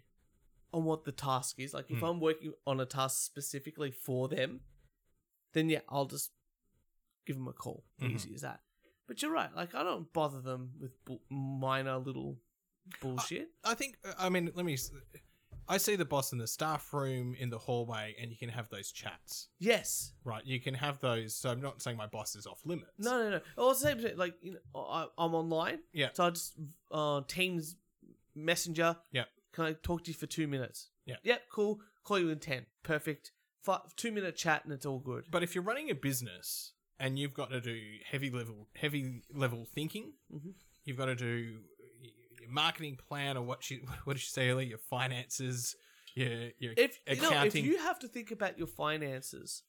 Speaker 1: on what the task is. Like if
Speaker 2: Hmm.
Speaker 1: I'm working on a task specifically for them, then yeah, I'll just give them a call.
Speaker 2: Mhm.
Speaker 1: Easy as that. But you're right. Like I don't bother them with bu- minor little bullshit.
Speaker 2: I think I mean let me. s- I see the boss in the staff room in the hallway, and you can have those chats.
Speaker 1: yes.
Speaker 2: Right, you can have those. So I'm not saying my boss is off limits.
Speaker 1: No, no, no. Well, it's the same thing. Like you know, I, I'm online.
Speaker 2: Yeah.
Speaker 1: So I just uh, Teams Messenger.
Speaker 2: Yeah.
Speaker 1: Can I talk to you for two minutes?
Speaker 2: Yeah.
Speaker 1: Yep. Cool. Call you in ten. Perfect. Five, two minute chat and it's all good.
Speaker 2: But if you're running a business and you've got to do heavy level heavy level thinking,
Speaker 1: Mhm.
Speaker 2: you've got to do your marketing plan or what you what did you say earlier? Your finances, your your
Speaker 1: If you know, if
Speaker 2: accounting.
Speaker 1: you have to think about your finances,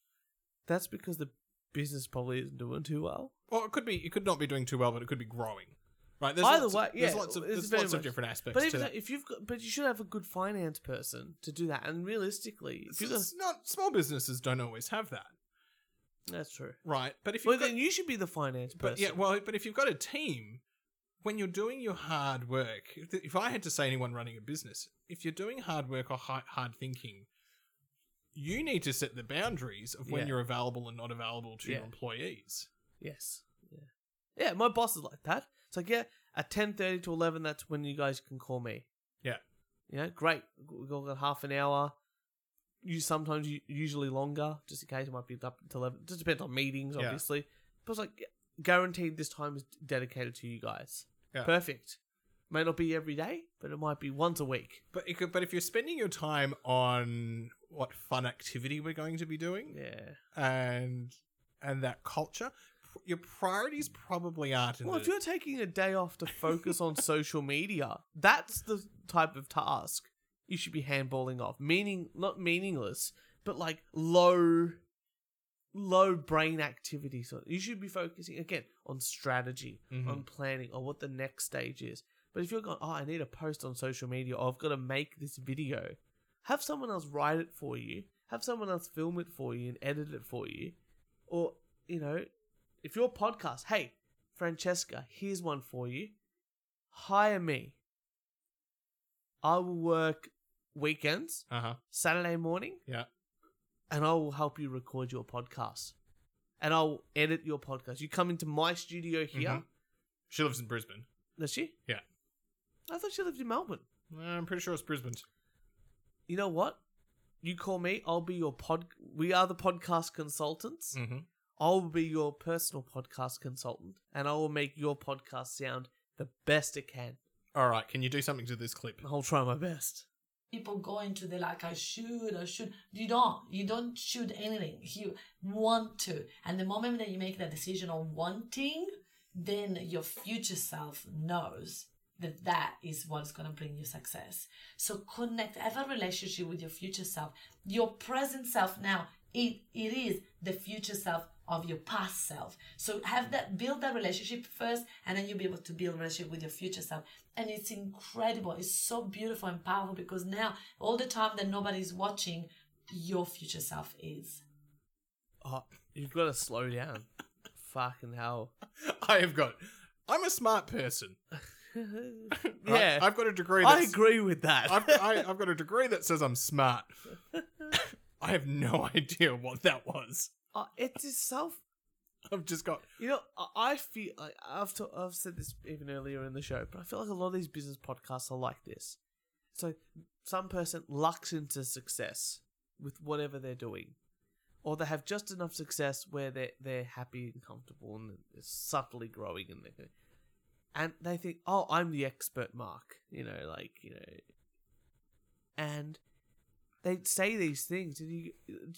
Speaker 1: that's because the business probably isn't doing too well.
Speaker 2: or it could be you could not be doing too well, but it could be growing. Right? There's
Speaker 1: Either
Speaker 2: lots
Speaker 1: way,
Speaker 2: of, there's
Speaker 1: yeah,
Speaker 2: lots of
Speaker 1: it's
Speaker 2: there's
Speaker 1: very
Speaker 2: lots of
Speaker 1: much-
Speaker 2: different aspects
Speaker 1: But
Speaker 2: to
Speaker 1: even
Speaker 2: that.
Speaker 1: though- if you've got, but you should have a good finance person to do that. And realistically, if
Speaker 2: It's,
Speaker 1: you got,
Speaker 2: it's not small businesses don't always have that,
Speaker 1: that's true.
Speaker 2: right? But if you've
Speaker 1: Well,
Speaker 2: got-
Speaker 1: then you should be the finance person.
Speaker 2: But yeah, well, but if you've got a team, when you're doing your hard work, if- if I had to say anyone running a business, if you're doing hard work or hi- hard thinking, you need to set the boundaries of when
Speaker 1: Yeah.
Speaker 2: you're available and not available to your
Speaker 1: Yeah.
Speaker 2: employees.
Speaker 1: Yes. Yeah. Yeah, my boss is like that. It's like, yeah, at ten thirty to eleven, that's when you guys can call me.
Speaker 2: Yeah.
Speaker 1: Yeah, great. We've got about half an hour. You sometimes u- usually longer, just in case it might be up to eleven. Just depends on meetings,
Speaker 2: Yeah.
Speaker 1: obviously. But it's like yeah, guaranteed this time is dedicated to you guys.
Speaker 2: Yeah.
Speaker 1: Perfect. May not be every day, but it might be once a week.
Speaker 2: But it could, but if you're spending your time on what fun activity we're going to be doing
Speaker 1: Yeah.
Speaker 2: and and that culture, pr- your priorities probably aren't in
Speaker 1: Well,
Speaker 2: the,
Speaker 1: if you're taking a day off to focus on social media, that's the type of task you should be handballing off. Meaning, not meaningless, but like low, low brain activity. So you should be focusing again on strategy,
Speaker 2: Mhm.
Speaker 1: on planning, on what the next stage is. But if you're going, oh, I need a post on social media, or I've got to make this video, have someone else write it for you, have someone else film it for you and edit it for you, or you know, if your podcast, hey, Francesca, here's one for you. Hire me. I will work weekends,
Speaker 2: uh-huh.
Speaker 1: Saturday morning,
Speaker 2: Yeah.
Speaker 1: and I will help you record your podcast. And I'll edit your podcast. You come into my studio here.
Speaker 2: Mhm. She lives in Brisbane.
Speaker 1: Does she?
Speaker 2: Yeah.
Speaker 1: I thought she lived in Melbourne.
Speaker 2: I'm pretty sure it's Brisbane.
Speaker 1: You know what? You call me, I'll be your pod. We are the podcast consultants.
Speaker 2: Mm-hmm.
Speaker 1: I'll be your personal podcast consultant, and I will make your podcast sound the best it can.
Speaker 2: All right, can you do something to this clip?
Speaker 1: I'll try my best.
Speaker 3: people go into the like I should, I should. You don't. You don't should anything. You want to. And the moment that you make that decision on wanting, then your future self knows that that is what's going to bring you success. So connect have a relationship with your future self. Your present self now it, it is the future self of your past self. So have that build that relationship first and then you'll be able to build a relationship with your future self. And it's incredible. It's so beautiful and powerful because now all the time that nobody's watching, your future self is.
Speaker 1: Oh, you've got to slow down. Fucking hell.
Speaker 2: I have got. I'm a smart person. right?
Speaker 1: yeah,
Speaker 2: I've got a degree.
Speaker 1: I
Speaker 2: That's,
Speaker 1: agree with that.
Speaker 2: I've, I, I've got a degree that says I'm smart. I have no idea what that was.
Speaker 1: Uh, it's just self.
Speaker 2: I've just got.
Speaker 1: You know, I, I feel like I've t- I've said this even earlier in the show, but I feel like a lot of these business podcasts are like this. It's like some person lucks into success with whatever they're doing, or they have just enough success where they're they're happy and comfortable and it's subtly growing and they and they think, oh, I'm the expert, Mark. You know, like you know, and they say these things, and you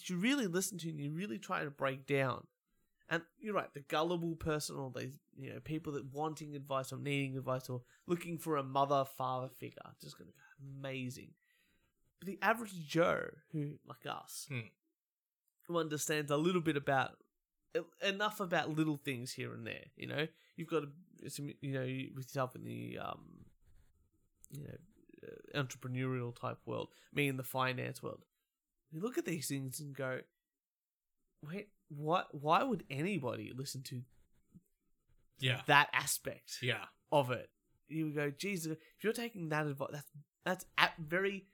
Speaker 1: you really listen to and you really try to break down. And you're right, the gullible person, or these you know people that wanting advice or needing advice or looking for a mother father figure, just gonna go amazing. But the average Joe who like us,
Speaker 2: Hmm.
Speaker 1: who understands a little bit about e, enough about little things here and there, you know, you've got to, some, you know, you- with yourself in the um, you know, uh, entrepreneurial type world, me in the finance world, you look at these things and go, wait, why, why would anybody listen to
Speaker 2: Yeah.
Speaker 1: that aspect
Speaker 2: Yeah.
Speaker 1: of it? you would go, Jesus, if you're taking that advice, that's that's at very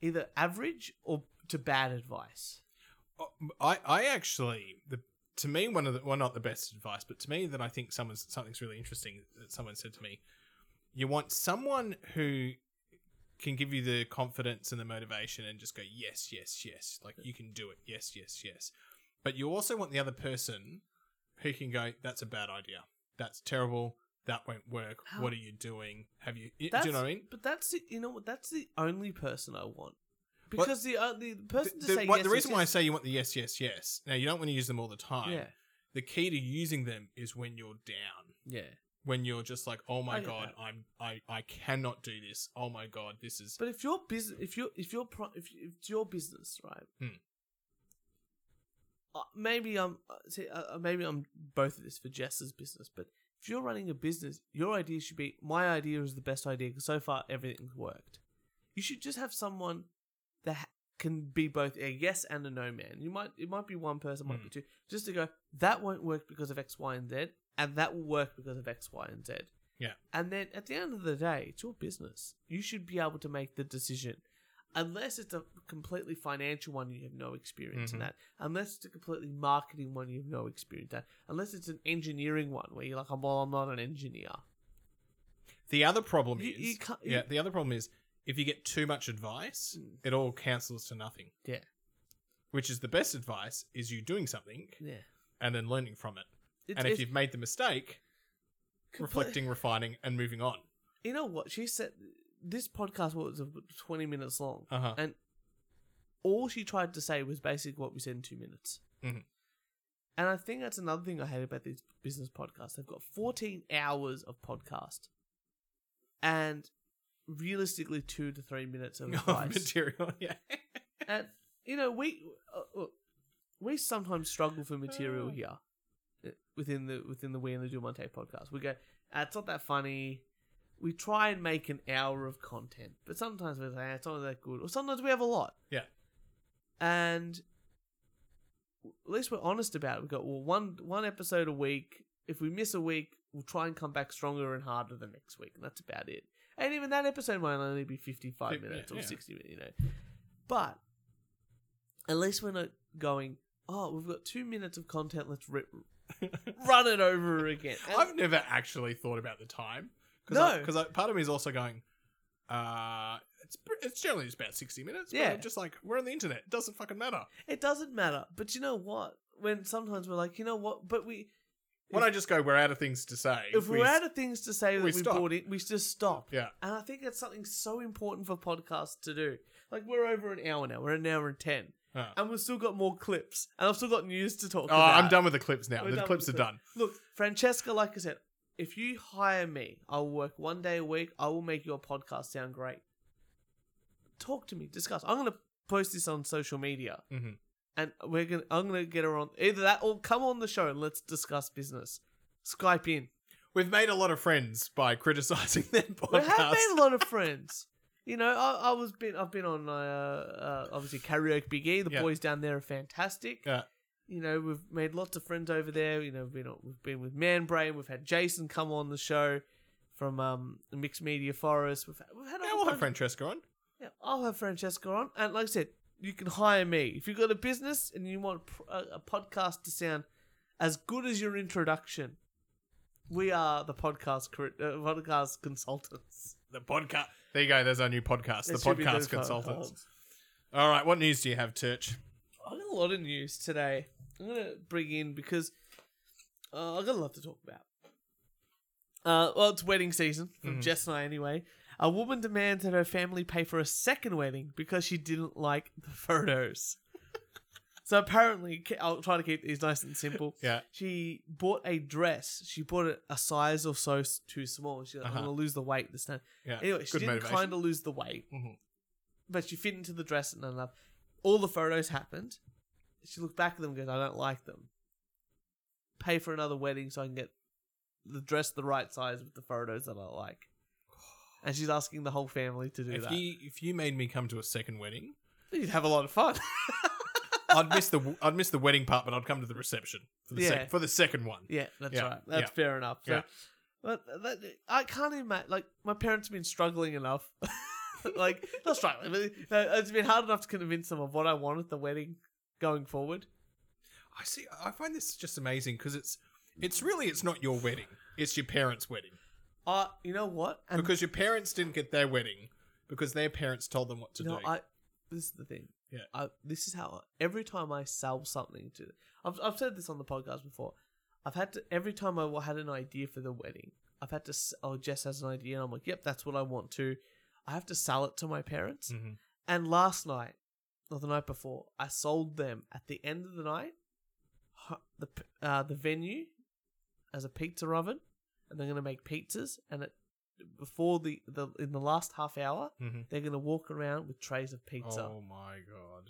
Speaker 1: either average or to bad advice.
Speaker 2: I, I actually the to me one of the well not the best advice, but to me that I think someone's something's really interesting that someone said to me. You want someone who can give you the confidence and the motivation and just go yes yes yes like you can do it yes yes yes, but you also want the other person who can go that's a bad idea that's terrible that won't work
Speaker 1: How-
Speaker 2: what are you doing have you do
Speaker 1: Oh. That's,
Speaker 2: you know what I mean
Speaker 1: But that's the, you know what that's the only person I want
Speaker 2: Well,
Speaker 1: because the, uh, the person to
Speaker 2: the,
Speaker 1: say
Speaker 2: what-
Speaker 1: yes
Speaker 2: the
Speaker 1: is
Speaker 2: reason why I
Speaker 1: just-
Speaker 2: say you want the yes, yes, yes. Now you don't want to use them all the time.
Speaker 1: yeah
Speaker 2: The key to using them is when you're down,
Speaker 1: yeah
Speaker 2: when you're just like, oh my
Speaker 1: I get
Speaker 2: god,
Speaker 1: that.
Speaker 2: I'm I I cannot do this. Oh my god, this is
Speaker 1: But if your business, if your if your pro- if, if it's your business, right?
Speaker 2: Hmm.
Speaker 1: Uh, maybe I'm uh, see, uh, uh, maybe I'm both of this for Jess's business, but if you're running a business, your idea should be my idea is the best idea because so far everything's worked. You should just have someone that ha- can be both a yes and a no man. You might it might be one person, might
Speaker 2: Hmm.
Speaker 1: be two, just to go that won't work because of X, Y, and Z, and that will work because of X, Y, and Z. And then at the end of the day, it's your business. You should be able to make the decision. Unless it's a completely financial one, you have no experience in
Speaker 2: Mhm.
Speaker 1: that. Unless it's a completely marketing one, you have no experience in that. Unless it's an engineering one where you're like, "Oh, well, I'm not an engineer.
Speaker 2: the other problem
Speaker 1: You-
Speaker 2: is
Speaker 1: you can't-
Speaker 2: yeah.
Speaker 1: you-
Speaker 2: The other problem is if you get too much advice,
Speaker 1: Mm.
Speaker 2: it all cancels to nothing.
Speaker 1: Yeah.
Speaker 2: Which is the best advice is you doing something
Speaker 1: Yeah.
Speaker 2: and then learning from it.
Speaker 1: It's,
Speaker 2: and if
Speaker 1: it's
Speaker 2: you've made the mistake,
Speaker 1: complete-
Speaker 2: reflecting, refining, and moving on.
Speaker 1: You know what? She said this podcast was 20 minutes long.
Speaker 2: Uh huh.
Speaker 1: And all she tried to say was basically what we said in two minutes.
Speaker 2: Mhm.
Speaker 1: And I think that's another thing I hate about these business podcasts. They've got 14 hours of podcast and realistically two to three minutes of advice.
Speaker 2: material. Yeah.
Speaker 1: and, you know, we, uh, uh, we sometimes struggle for material here uh, within the within the We and the Do Monte podcast. We go, ah, it's not that funny. We try and make an hour of content, but sometimes we say, ah, it's not that good. Or sometimes we have a lot
Speaker 2: Yeah.
Speaker 1: and at least we're honest about it. We've got well one one episode a week. If we miss a week, we'll try and come back stronger and harder the next week, and that's about it. And even that episode might only be fifty five
Speaker 2: Fif-
Speaker 1: minutes
Speaker 2: yeah,
Speaker 1: or
Speaker 2: yeah.
Speaker 1: sixty minutes, you know. But at least we're not going. Oh, we've got two minutes of content. Let's rip, run it over again. And-
Speaker 2: I've never actually thought about the time.
Speaker 1: No.
Speaker 2: because part of me is also going. Uh, it's pr- it's generally just about sixty minutes. Yeah,
Speaker 1: Yeah.
Speaker 2: but I'm just like we're on the internet. It doesn't fucking matter.
Speaker 1: it doesn't matter. But you know what? When sometimes we're like, you know what? But we
Speaker 2: When I just go, we're out of things to say.
Speaker 1: if
Speaker 2: we
Speaker 1: we're out of things to say that we,
Speaker 2: we stop.
Speaker 1: bought it, we just stop.
Speaker 2: Yeah.
Speaker 1: And I think that's something so important for podcasts to do. Like we're over an hour now. We're an hour and ten,
Speaker 2: Uh.
Speaker 1: and we've still got more clips, and I've still got news to talk
Speaker 2: oh,
Speaker 1: about.
Speaker 2: I'm done with the clips now.
Speaker 1: We're
Speaker 2: the
Speaker 1: done
Speaker 2: clips are
Speaker 1: with the
Speaker 2: done.
Speaker 1: Look, Francesca, like I said, if you hire me, I will work one day a week. I will make your podcast sound great. Talk to me, discuss. I'm going to post this on social media,
Speaker 2: Mhm.
Speaker 1: and we're going. to I'm going to get her on either that or come on the show and let's discuss business. Skype in.
Speaker 2: We've made a lot of friends by criticizing their
Speaker 1: We
Speaker 2: podcast.
Speaker 1: have made a lot of friends. You know, I, I was been I've been on uh, uh, obviously karaoke Big E. The
Speaker 2: Yeah.
Speaker 1: boys down there are fantastic.
Speaker 2: Yeah.
Speaker 1: You know, we've made lots of friends over there. You know, we've been, we've been with Manbrain. We've had Jason come on the show from um, Mixed Media Forest. We've had, we've had a
Speaker 2: Yeah,
Speaker 1: whole
Speaker 2: we'll have
Speaker 1: bunch-
Speaker 2: Francesca on.
Speaker 1: Yeah, I'll have Francesca on. And like I said, you can hire me. If you've got a business and you want pr- a, a podcast to sound as good as your introduction, we are the podcast, cor- uh, podcast consultants.
Speaker 2: The podcast. There you go. There's our new podcast,
Speaker 1: It
Speaker 2: the
Speaker 1: should be
Speaker 2: podcast
Speaker 1: those kind of
Speaker 2: consultants.
Speaker 1: cards.
Speaker 2: All right, what news do you have, Church?
Speaker 1: I got a lot of news today. I'm gonna bring in because uh, I got a lot to talk about. Uh, well, it's wedding season from
Speaker 2: Mhm.
Speaker 1: Jess and I anyway. A woman demands that her family pay for a second wedding because she didn't like the photos. so apparently, ca- I'll try to keep these nice and simple.
Speaker 2: Yeah.
Speaker 1: She bought a dress. She bought it a size or so s- too small. She's like,
Speaker 2: Uh-huh.
Speaker 1: I'm gonna lose the weight this time.
Speaker 2: Yeah.
Speaker 1: Anyway, she
Speaker 2: Good
Speaker 1: didn't
Speaker 2: motivation.
Speaker 1: kind of lose the weight,
Speaker 2: Mhm.
Speaker 1: but she fit into the dress and enough. All the photos happened. She looked back at them and goes, I don't like them. Pay for another wedding so I can get the dress the right size with the photos that I like. And she's asking the whole family to do
Speaker 2: if
Speaker 1: that.
Speaker 2: you if you made me come to a second wedding,
Speaker 1: You'd have a lot of fun.
Speaker 2: I'd miss the I'd miss the wedding part, but I'd come to the reception for the
Speaker 1: Yeah.
Speaker 2: sec- for the second one.
Speaker 1: Yeah, that's
Speaker 2: Yeah,
Speaker 1: right. That's
Speaker 2: yeah.
Speaker 1: fair enough. So, But that, I can't imagine. Like my parents have been struggling enough. like not struggling, but uh, it's been hard enough to convince them of what I want at the wedding going forward.
Speaker 2: I see. I find this just amazing because it's it's really it's not your wedding; it's your parents' wedding
Speaker 1: Uh, you know what? And
Speaker 2: because your parents didn't get their wedding because their parents told them what to
Speaker 1: no,
Speaker 2: do.
Speaker 1: I. This is the thing.
Speaker 2: Yeah.
Speaker 1: I, this is how every time I sell something to, I've I've said this on the podcast before. I've had to every time I had an idea for the wedding, I've had to. s- Oh, Jess has an idea, and I'm like, yep, that's what I want to. I have to sell it to my parents.
Speaker 2: Mhm.
Speaker 1: And last night, or the night before, I sold them at the end of the night hu- the p- uh, the venue as a pizza oven, and they're going to make pizzas. And it, before the, the in the last half hour,
Speaker 2: Mhm.
Speaker 1: they're going to walk around with trays of pizza.
Speaker 2: Oh my god!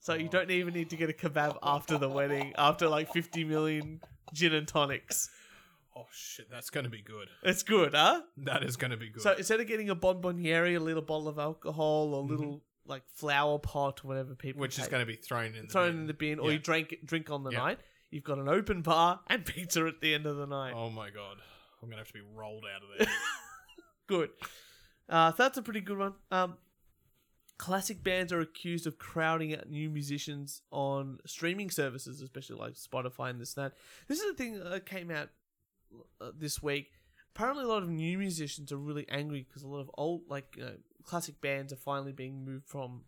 Speaker 1: so you don't even need to get a kebab after the wedding, after like fifty million gin and tonics.
Speaker 2: Oh shit! That's gonna be good.
Speaker 1: It's good, huh?
Speaker 2: That is gonna be good.
Speaker 1: So instead of getting a bonboniere, a little bottle of alcohol, or a
Speaker 2: Mhm.
Speaker 1: little like flower pot, or whatever people
Speaker 2: which is
Speaker 1: take.
Speaker 2: going to be thrown in
Speaker 1: thrown
Speaker 2: the bin.
Speaker 1: in the bin, or
Speaker 2: Yeah.
Speaker 1: you drink drink on the
Speaker 2: Yeah.
Speaker 1: night. You've got an open bar and pizza at the end of the night.
Speaker 2: Oh my god! I'm gonna have to be rolled out of there.
Speaker 1: Good. Uh, so that's a pretty good one. Um, classic bands are accused of crowding out new musicians on streaming services, especially like Spotify and this and that. This is the thing that came out uh, this week. Apparently, a lot of new musicians are really angry because a lot of old, like you know, classic bands are finally being moved from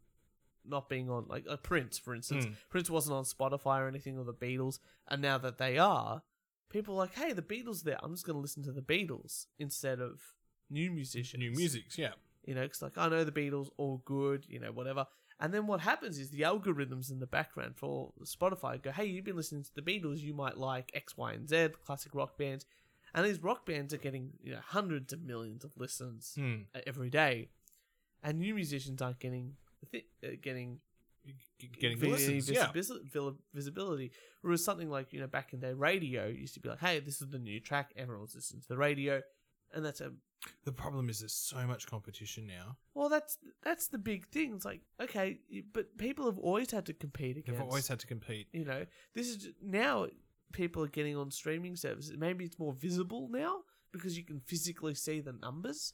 Speaker 1: not being on, like uh, Prince, for instance.
Speaker 2: Mm.
Speaker 1: Prince wasn't on Spotify or anything, or the Beatles, and now that they are, people are like, hey, the Beatles are there. I'm just going to listen to the Beatles instead of new musicians.
Speaker 2: New musics, yeah.
Speaker 1: You know, it's like, I know the Beatles, all good, you know, whatever. And then what happens is the algorithms in the background for Spotify go, hey, you've been listening to the Beatles, you might like X, Y, and Z, classic rock bands. And these rock bands are getting, you know, hundreds of millions of listens
Speaker 2: Hmm.
Speaker 1: uh, every day. And new musicians aren't getting, th- getting
Speaker 2: G- Getting
Speaker 1: vi-
Speaker 2: listens, yeah.
Speaker 1: visibis- vil- visibility. Whereas something like, you know, back in the day, radio used to be like, hey, this is the new track, everyone's listening to the radio. And that's a
Speaker 2: The problem is there's so much competition now.
Speaker 1: well, that's that's the big thing. It's like okay, but people have always had to compete against.
Speaker 2: They've always had to compete.
Speaker 1: you know, this is now people are getting on streaming services. Maybe it's more visible now because you can physically see the numbers.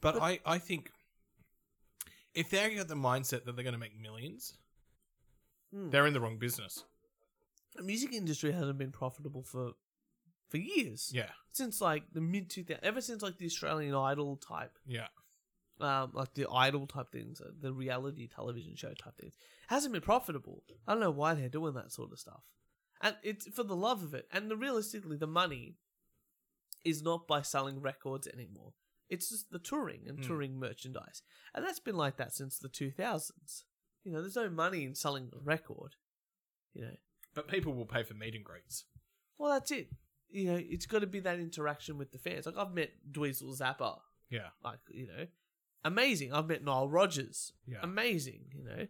Speaker 2: But,
Speaker 1: But-
Speaker 2: I, I think if they got the mindset that they're going to make millions,
Speaker 1: Hmm.
Speaker 2: they're in the wrong business.
Speaker 1: The music industry hasn't been profitable for for years.
Speaker 2: Yeah,
Speaker 1: Since like the mid 2000s, ever since like the Australian Idol type
Speaker 2: yeah.
Speaker 1: um, like the idol type things, uh, the reality television show type things, hasn't been profitable. I don't know why they're doing that sort of stuff, and it's for the love of it. And the, realistically, the money is not by selling records anymore. It's just the touring and
Speaker 2: Mm.
Speaker 1: touring merchandise, and that's been like that since the two thousands. You know, there's no money in selling a record. You know,
Speaker 2: But people will pay for meet and greets.
Speaker 1: well that's it. You know, it's got to be that interaction with the fans. Like I've met Dweezil Zappa
Speaker 2: Yeah,
Speaker 1: like you know, amazing. I've met Nile Rodgers,
Speaker 2: Yeah.
Speaker 1: amazing, you know.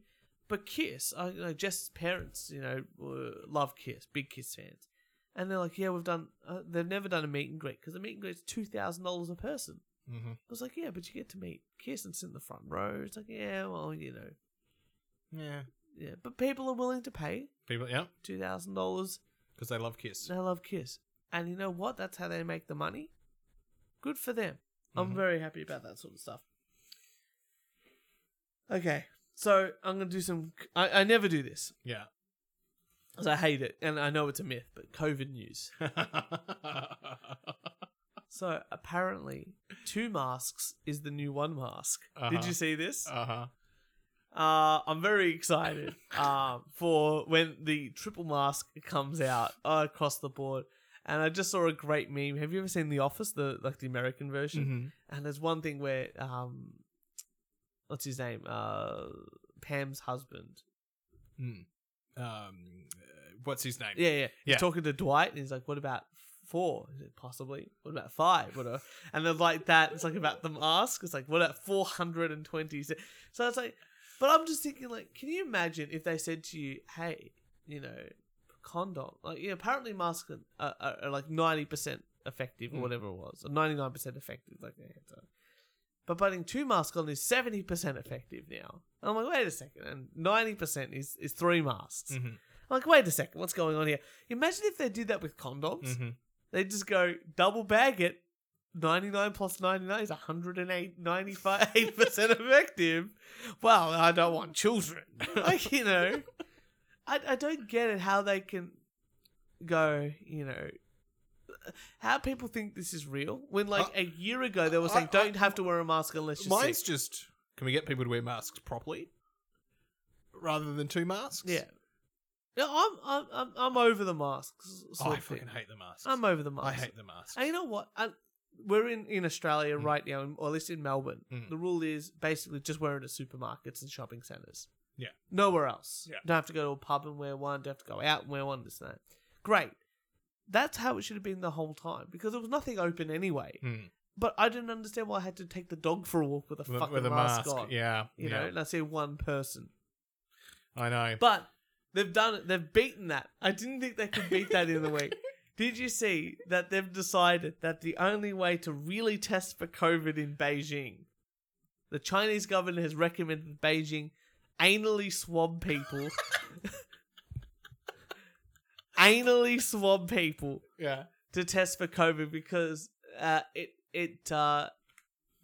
Speaker 1: But Kiss, I you know Jess's parents, you know, were, love Kiss, big Kiss fans, and they're like, yeah, we've done. Uh, they've never done a meet and greet because the meet and greet's two thousand dollars a person.
Speaker 2: mm-hmm.
Speaker 1: I was like, yeah, but you get to meet Kiss and sit in the front row. It's like, yeah, well, you know,
Speaker 2: yeah.
Speaker 1: yeah, but people are willing to pay
Speaker 2: People, yeah,
Speaker 1: two thousand dollars.
Speaker 2: because they love Kiss.
Speaker 1: They love Kiss, and you know what? That's how they make the money. Good for them. I'm
Speaker 2: Mhm.
Speaker 1: very happy about that sort of stuff. Okay, so I'm gonna do some. I, I never do this
Speaker 2: Yeah.
Speaker 1: because I hate it, and I know it's a myth. But COVID news. So apparently, two masks is the new one mask. Did
Speaker 2: Uh-huh.
Speaker 1: you see this?
Speaker 2: uh huh.
Speaker 1: Uh, I'm very excited um, for when the triple mask comes out uh, across the board. And I just saw a great meme. Have you ever seen The Office, the like the American version? And there's one thing where um, what's his name? Uh, Pam's husband.
Speaker 2: Mm. Um, uh, what's his name?
Speaker 1: Yeah, yeah. He's
Speaker 2: Yeah.
Speaker 1: talking to Dwight, and he's like, "What about four? Is it possibly? What about five? What?" a-" And then like that, it's like about the mask. It's like, "What about four hundred and twenty? So so it's like, but I'm just thinking, like, can you imagine if they said to you, "Hey, you know, condom? Like, you know, apparently masks are, are, are like ninety percent effective, or
Speaker 2: Mm.
Speaker 1: whatever it was, or ninety nine percent effective, like they had to." But putting two masks on is seventy percent effective now. And I'm like, wait a second, and ninety percent is is three masks.
Speaker 2: Mhm.
Speaker 1: Like, wait a
Speaker 2: Mm-hmm.
Speaker 1: second, what's going on here? Imagine if they did that with condoms.
Speaker 2: Mhm.
Speaker 1: They just go double bag it 99 plus 99 is 198 percent effective. Well, I don't want children. Like, you know, I, I don't get it how they can go, you know, how people think this is real when, like, a year ago they were saying,
Speaker 2: Uh, I- I-
Speaker 1: don't have to wear a mask unless you're
Speaker 2: Mine's
Speaker 1: sick.
Speaker 2: just can we get people to wear masks properly rather than two masks?
Speaker 1: Yeah. No, I'm, I'm, I'm, I'm over the masks.
Speaker 2: Oh,
Speaker 1: sort
Speaker 2: I
Speaker 1: of thing.
Speaker 2: fucking hate the masks.
Speaker 1: I'm over the masks.
Speaker 2: I hate the masks.
Speaker 1: And you know what? I, we're in, in Australia
Speaker 2: Mm.
Speaker 1: right now, or at least in Melbourne.
Speaker 2: Mm.
Speaker 1: The rule is basically just wear it at supermarkets and shopping centres.
Speaker 2: Yeah.
Speaker 1: Nowhere else.
Speaker 2: Yeah.
Speaker 1: Don't have to go to a pub and wear one. Don't have to go out and wear one. This and that. Great. That's how it should have been the whole time because there was nothing open anyway.
Speaker 2: Mm.
Speaker 1: But I didn't understand why I had to take the dog for a walk with a
Speaker 2: With,
Speaker 1: fucking
Speaker 2: with a
Speaker 1: mask,
Speaker 2: mask,
Speaker 1: on.
Speaker 2: yeah,
Speaker 1: You
Speaker 2: yeah.
Speaker 1: know, and I see one person.
Speaker 2: I know.
Speaker 1: But they've done it. They've beaten that. I didn't think they could beat that in the week. Did you see that they've decided that the only way to really test for COVID in Beijing, the Chinese government has recommended Beijing anally swab people. anally swab people
Speaker 2: yeah,
Speaker 1: to test for COVID because uh, it it uh,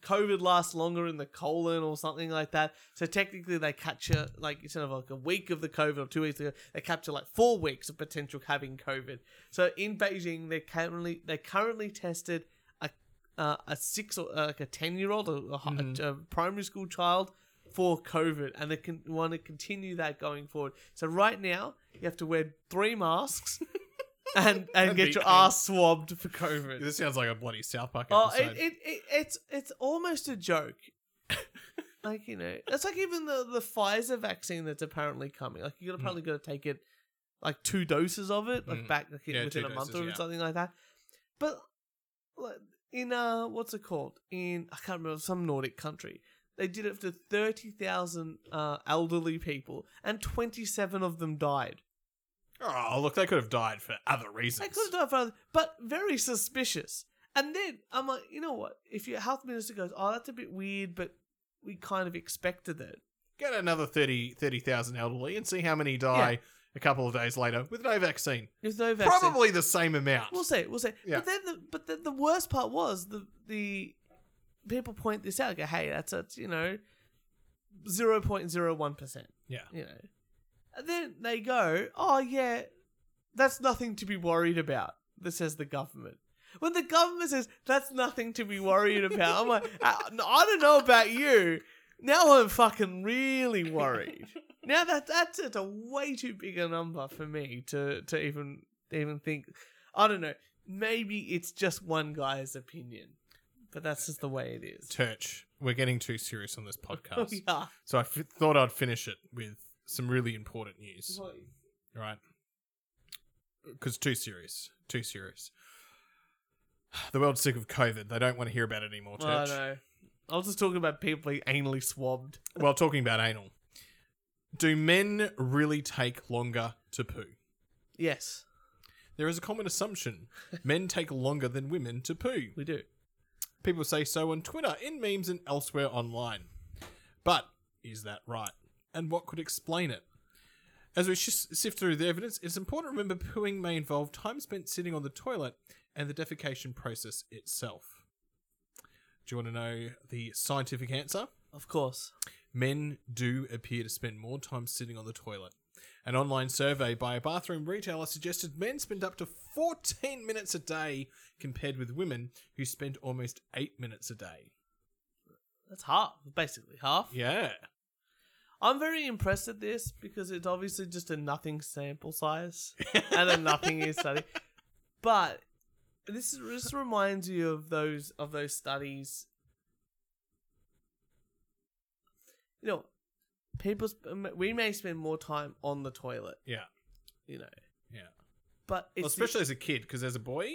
Speaker 1: COVID lasts longer in the colon or something like that. So technically, they capture like instead of like a week of the COVID or two weeks ago, they capture like four weeks of potential having COVID. So in Beijing, they currently they currently tested a uh, a six or uh, like a ten year old, a, a, hi-
Speaker 2: Mhm.
Speaker 1: a primary school child for COVID, and they can want to continue that going forward. So right now, you have to wear three masks. And, and
Speaker 2: And
Speaker 1: get
Speaker 2: be
Speaker 1: your
Speaker 2: clean.
Speaker 1: ass swabbed for COVID.
Speaker 2: this sounds like a bloody South Park
Speaker 1: Oh,
Speaker 2: episode.
Speaker 1: it, it, it, it's it's almost a joke. like you know, it's like even the the Pfizer vaccine that's apparently coming. Like you're apparently going to take it, like two doses of it, like
Speaker 2: Mm.
Speaker 1: back like,
Speaker 2: Yeah,
Speaker 1: within
Speaker 2: two
Speaker 1: a month
Speaker 2: doses,
Speaker 1: or
Speaker 2: yeah.
Speaker 1: something like that. But like, in uh, what's it called? In I can't remember some Nordic country. They did it to thirty thousand uh, elderly people, and twenty-seven of them died.
Speaker 2: oh, look, they could have died for other
Speaker 1: I
Speaker 2: reasons.
Speaker 1: could have done it for other- but very suspicious. And then I'm like, you know what? If your health minister goes, oh, that's a bit weird, but we kind of expected it.
Speaker 2: Get another 30 30,000 elderly and see how many die a couple of days later with no vaccine.
Speaker 1: There's no vaccine.
Speaker 2: Probably the same amount.
Speaker 1: We'll see. We'll see.
Speaker 2: Yeah.
Speaker 1: But then, the, but then the worst part was the the people point this out. Go, hey, that's a you know, zero point zero one percent.
Speaker 2: Yeah.
Speaker 1: You know, and then they go, oh yeah, that's nothing to be worried about. This says the government. When the government says that's nothing to be worried about, I'm like, I, I don't know about you. Now I'm fucking really worried. Now that that's it's a way too big a number for me to to even even think. I don't know. Maybe it's just one guy's opinion, but that's just the way it is.
Speaker 2: Church, we're getting too serious on this
Speaker 1: Oh,
Speaker 2: podcast.
Speaker 1: yeah.
Speaker 2: So I f- thought I'd finish it with some really important news, right? Because too serious, too serious. The world's sick of COVID. They don't want to hear about it anymore,
Speaker 1: I
Speaker 2: Church.
Speaker 1: know. I was just talking about people being anally swabbed.
Speaker 2: Well, talking about anal, do men really take longer to poo?
Speaker 1: Yes,
Speaker 2: There is a common assumption men take longer than women to poo.
Speaker 1: we do.
Speaker 2: People say so on Twitter, in memes, and elsewhere online. But is that right? And what could explain it? As we sh- sift through the evidence, it's important to remember pooing may involve time spent sitting on the toilet and the defecation process itself. Do you want to know the scientific answer?
Speaker 1: Of course.
Speaker 2: men do appear to spend more time sitting on the toilet. An online survey by a bathroom retailer suggested men spend up to 14 minutes a day compared with women who spend almost 8 minutes a day.
Speaker 1: That's half, basically half.
Speaker 2: Yeah.
Speaker 1: I'm very impressed at this because it's obviously just a nothing sample size and a nothing is study. But this is, this reminds you of those of those studies. You know, people sp- we may spend more time on the toilet.
Speaker 2: Yeah.
Speaker 1: You know.
Speaker 2: Yeah.
Speaker 1: But it's
Speaker 2: Well, especially as a kid, because as a boy,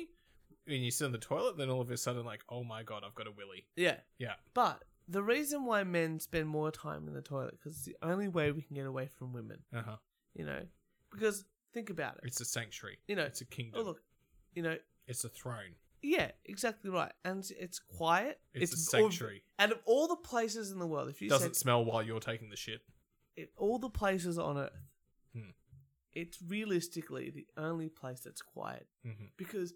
Speaker 2: when you sit on the toilet, then all of a sudden, like, oh my god, I've got a willy.
Speaker 1: yeah.
Speaker 2: Yeah.
Speaker 1: But the reason why men spend more time in the toilet because it's the only way we can get away from women.
Speaker 2: Uh huh.
Speaker 1: You know, because think about it.
Speaker 2: It's a sanctuary.
Speaker 1: You know,
Speaker 2: it's a kingdom.
Speaker 1: Oh look, you know,
Speaker 2: It's a throne.
Speaker 1: yeah, exactly right. And it's- it's quiet.
Speaker 2: It's, a
Speaker 1: all-
Speaker 2: sanctuary.
Speaker 1: out of all the places in the world, if you
Speaker 2: Doesn't
Speaker 1: said
Speaker 2: smell while you're taking the shit.
Speaker 1: it, all the places on Earth,
Speaker 2: Hmm.
Speaker 1: it's realistically the only place that's quiet
Speaker 2: hmm
Speaker 1: because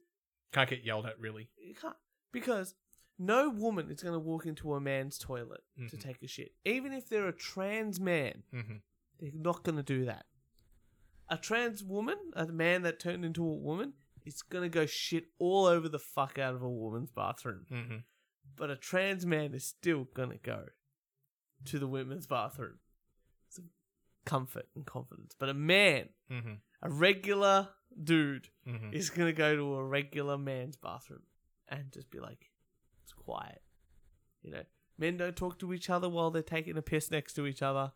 Speaker 2: Can't get yelled at, really.
Speaker 1: you can't because No woman is going to walk into a man's toilet to
Speaker 2: Mhm.
Speaker 1: take a shit. Even if they're a trans man,
Speaker 2: Mm-hmm.
Speaker 1: they're not going to do that. A trans woman, a man that turned into a woman, is going to go shit all over the fuck out of a woman's bathroom.
Speaker 2: Mm-hmm.
Speaker 1: But a trans man is still going to go to the women's bathroom. It's comfort and confidence. But a man,
Speaker 2: Mm-hmm.
Speaker 1: a regular dude,
Speaker 2: Mm-hmm.
Speaker 1: is gonna go to a regular man's bathroom and just be like, it's quiet. You know, men don't talk to each other while they're taking a piss next to each other.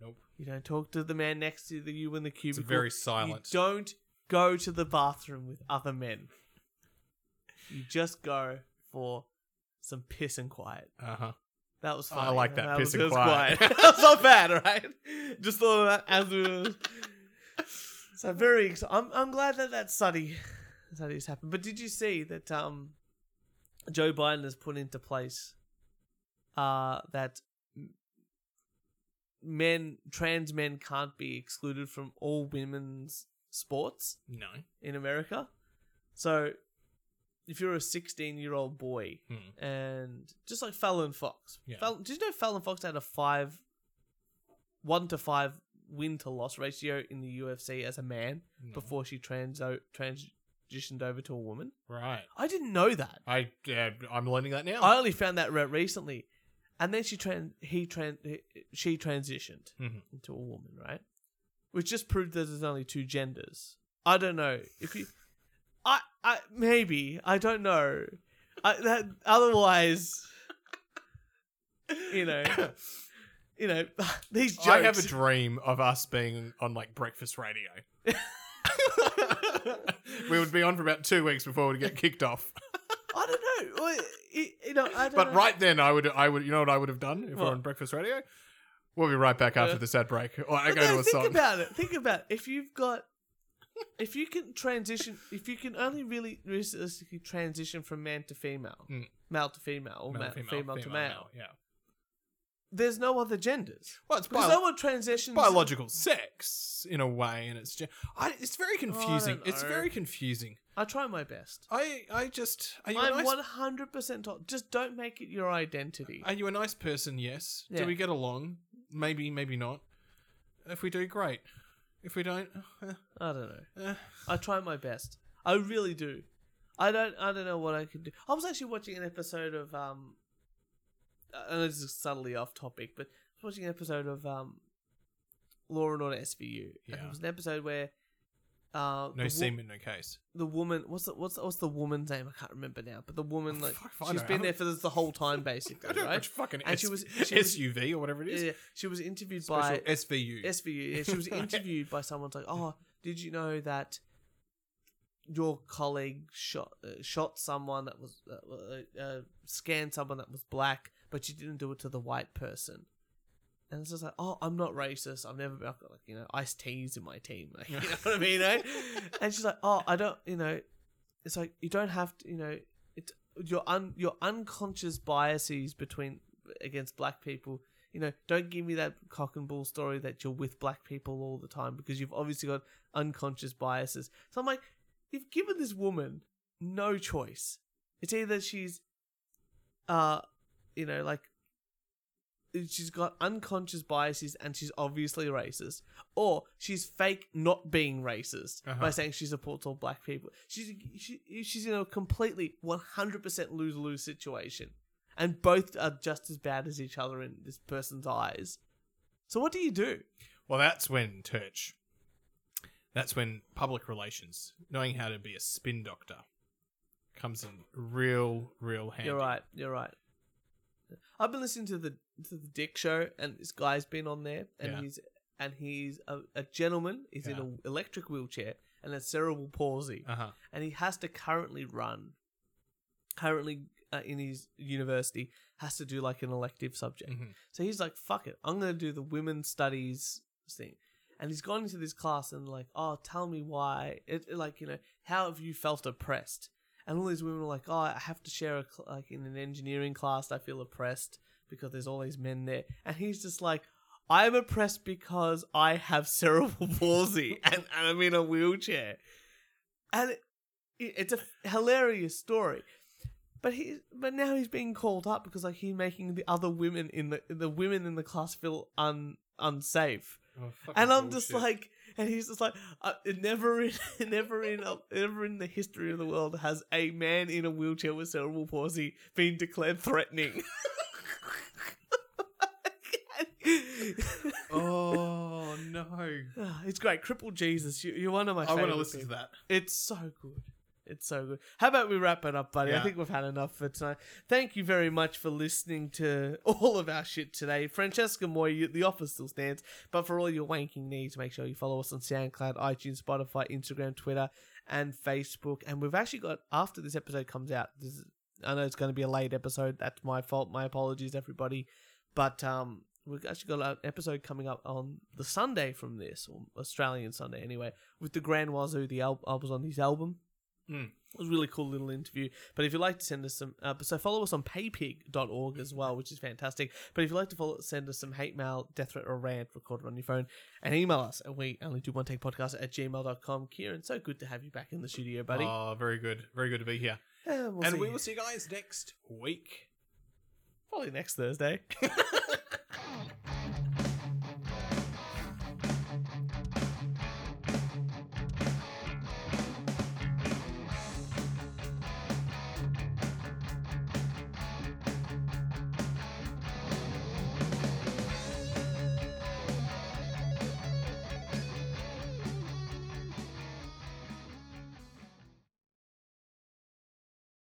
Speaker 2: Nope.
Speaker 1: You don't talk to the man next to the, you in the
Speaker 2: It's
Speaker 1: cubicle.
Speaker 2: very silent.
Speaker 1: You don't go to the bathroom with other men. You just go for some piss and quiet.
Speaker 2: Uh huh.
Speaker 1: That was
Speaker 2: I
Speaker 1: fun.
Speaker 2: like that, piss
Speaker 1: was,
Speaker 2: and
Speaker 1: was
Speaker 2: quiet.
Speaker 1: That's not bad, right? Just thought of that as we were. So very. Ex- I'm I'm glad that that study study has happened. But did you see that um, Joe Biden has put into place uh that m- men trans men can't be excluded from all women's sports
Speaker 2: No.
Speaker 1: in America. So if you're a 16 year old boy
Speaker 2: Hmm.
Speaker 1: and just like Fallon Fox.
Speaker 2: Yeah.
Speaker 1: Fallon, did you know Fallon Fox had a five, one to five win to loss ratio in the UFC as a man
Speaker 2: No.
Speaker 1: before she trans transitioned over to a woman?
Speaker 2: Right.
Speaker 1: I didn't know that.
Speaker 2: I yeah, I'm learning that now.
Speaker 1: I only found that re- recently, and then she tran he tran he- she transitioned
Speaker 2: Mhm.
Speaker 1: into a woman, right? Which just proved that there's only two genders. I don't know if you, I I maybe I don't know. I, that otherwise, you know, you know these jokes.
Speaker 2: I have a dream of us being on like breakfast radio. we would be on for about two weeks before we'd get kicked off.
Speaker 1: I don't know. Well, You you know, I don't
Speaker 2: But
Speaker 1: know.
Speaker 2: right then, I would, I would, you know what I would have done if we
Speaker 1: What?
Speaker 2: we're on breakfast radio? We'll be right back after
Speaker 1: Yeah.
Speaker 2: this ad break. Or I
Speaker 1: But
Speaker 2: go
Speaker 1: no,
Speaker 2: to a
Speaker 1: think
Speaker 2: song.
Speaker 1: about it. Think about it. if you've got, if you can transition, if you can only really realistically transition from man to female,
Speaker 2: Mm.
Speaker 1: male to female, or
Speaker 2: Male,
Speaker 1: ma- female, to male.
Speaker 2: Yeah.
Speaker 1: There's no other genders
Speaker 2: Well, it's
Speaker 1: because
Speaker 2: bio-
Speaker 1: no one transitions.
Speaker 2: biological sex in a way, and it's just, I, it's very confusing.
Speaker 1: Oh, don't
Speaker 2: it's
Speaker 1: know.
Speaker 2: very confusing.
Speaker 1: I try my best.
Speaker 2: I, I just, are you a
Speaker 1: I'm
Speaker 2: nice
Speaker 1: 100 percent. Just don't make it your identity.
Speaker 2: Are you a nice person? Yes.
Speaker 1: Yeah.
Speaker 2: Do we get along? Maybe, maybe not. If we do, great. If we don't, uh,
Speaker 1: I don't know.
Speaker 2: uh,
Speaker 1: I try my best. I really do. I don't. I don't know what I could do. I was actually watching an episode of um. I know this is subtly off topic, but I was watching an episode of um, Law and Order SVU. And
Speaker 2: Yeah.
Speaker 1: it was an episode where uh, the,
Speaker 2: no
Speaker 1: wo-
Speaker 2: semen, no case.
Speaker 1: the woman what's the, what's what's the woman's name? I can't remember now. But the woman like
Speaker 2: Fuck if I
Speaker 1: she's
Speaker 2: know.
Speaker 1: been there for this the whole time basically,
Speaker 2: I don't know
Speaker 1: right?
Speaker 2: which fucking
Speaker 1: And
Speaker 2: S-
Speaker 1: she was- she was-
Speaker 2: SUV or whatever it is.
Speaker 1: Yeah, she was interviewed
Speaker 2: Special
Speaker 1: by
Speaker 2: SVU.
Speaker 1: SVU. Yeah, she was
Speaker 2: Right.
Speaker 1: interviewed by someone's like, "Oh, did you know that your colleague shot uh, shot someone that was uh, uh, scanned someone that was black, but you didn't do it to the white person?" And it's just like, "Oh, I'm not racist. I've never been I've got like you know iced teas in my team. Like, you know what I mean?" eh? and she's like, "Oh, I don't. You know, it's like you don't have to. You know, it's your un your unconscious biases between against black people." you know, don't give me that cock and bull story that you're with black people all the time because you've obviously got unconscious biases. So I'm like, you've given this woman no choice. It's either she's, uh, you know, like she's got unconscious biases and she's obviously racist, or she's fake not being racist by
Speaker 2: Uh-huh.
Speaker 1: saying she supports all black people. She's she, she's in a completely 100% lose lose situation and both are just as bad as each other in this person's eyes. So what do you do?
Speaker 2: Well, that's when Turch. That's when public relations, knowing how to be a spin doctor, comes in real, real handy.
Speaker 1: You're right. You're right. I've been listening to the to the Dick Show, and this guy's been on there, and
Speaker 2: Yeah.
Speaker 1: he's and he's a, a gentleman. He's in
Speaker 2: Yeah.
Speaker 1: an electric wheelchair and a cerebral palsy,
Speaker 2: Uh huh.
Speaker 1: and he has to currently run, currently uh, in his university, has to do like an elective subject.
Speaker 2: Mhm.
Speaker 1: So he's like, fuck it, I'm going to do the women's studies thing. And he's gone into this class and like, oh, tell me why. It, it like, you know, how have you felt oppressed? And all these women are like, oh, I have to share a, cl- like in an engineering class, I feel oppressed because there's all these men there. And he's just like, I'm oppressed because I have cerebral palsy and, and I'm in a wheelchair. And it, it's a hilarious story. But he, but now he's being called up because like he's making the other women in the the women in the class feel un unsafe, and I'm just like, and he's just like, uh, it never in never in uh, never in the history of the world has a man in a wheelchair with cerebral palsy been declared threatening.
Speaker 2: oh no!
Speaker 1: Ah, it's great, crippled Jesus. You, you're one of my.
Speaker 2: I want to
Speaker 1: favorite
Speaker 2: listen to
Speaker 1: people.
Speaker 2: that.
Speaker 1: It's so good. It's so good. How about we wrap it up, buddy? I
Speaker 2: Yeah.
Speaker 1: think we've had enough for tonight. Thank you very much for listening to all of our shit today. Francesca Moy, you, the offer still stands, but for all your wanking needs, make sure you follow us on SoundCloud, iTunes, Spotify, Instagram, Twitter, and Facebook. And we've actually got, after this episode comes out, this is, I know it's going to be a late episode. That's my fault. My apologies, everybody. But um, we've actually got an episode coming up on the Sunday from this, or Australian Sunday anyway, with the Grand Wazoo. The al- I was on his album.
Speaker 2: Mm.
Speaker 1: It was a really cool little interview. But if you'd like to send us some, uh, so follow us on paypig.org as well, which is fantastic. But if you'd like to follow, send us some hate mail, death threat, or rant recorded on your phone, and email us at we only do one take podcast at gmail.com. Kieran, so good to have you back in the studio, buddy.
Speaker 2: Oh, very good, very good to be here.
Speaker 1: Uh, we'll
Speaker 2: and
Speaker 1: see
Speaker 2: we
Speaker 1: you
Speaker 2: will see you guys next week.
Speaker 1: probably next Thursday.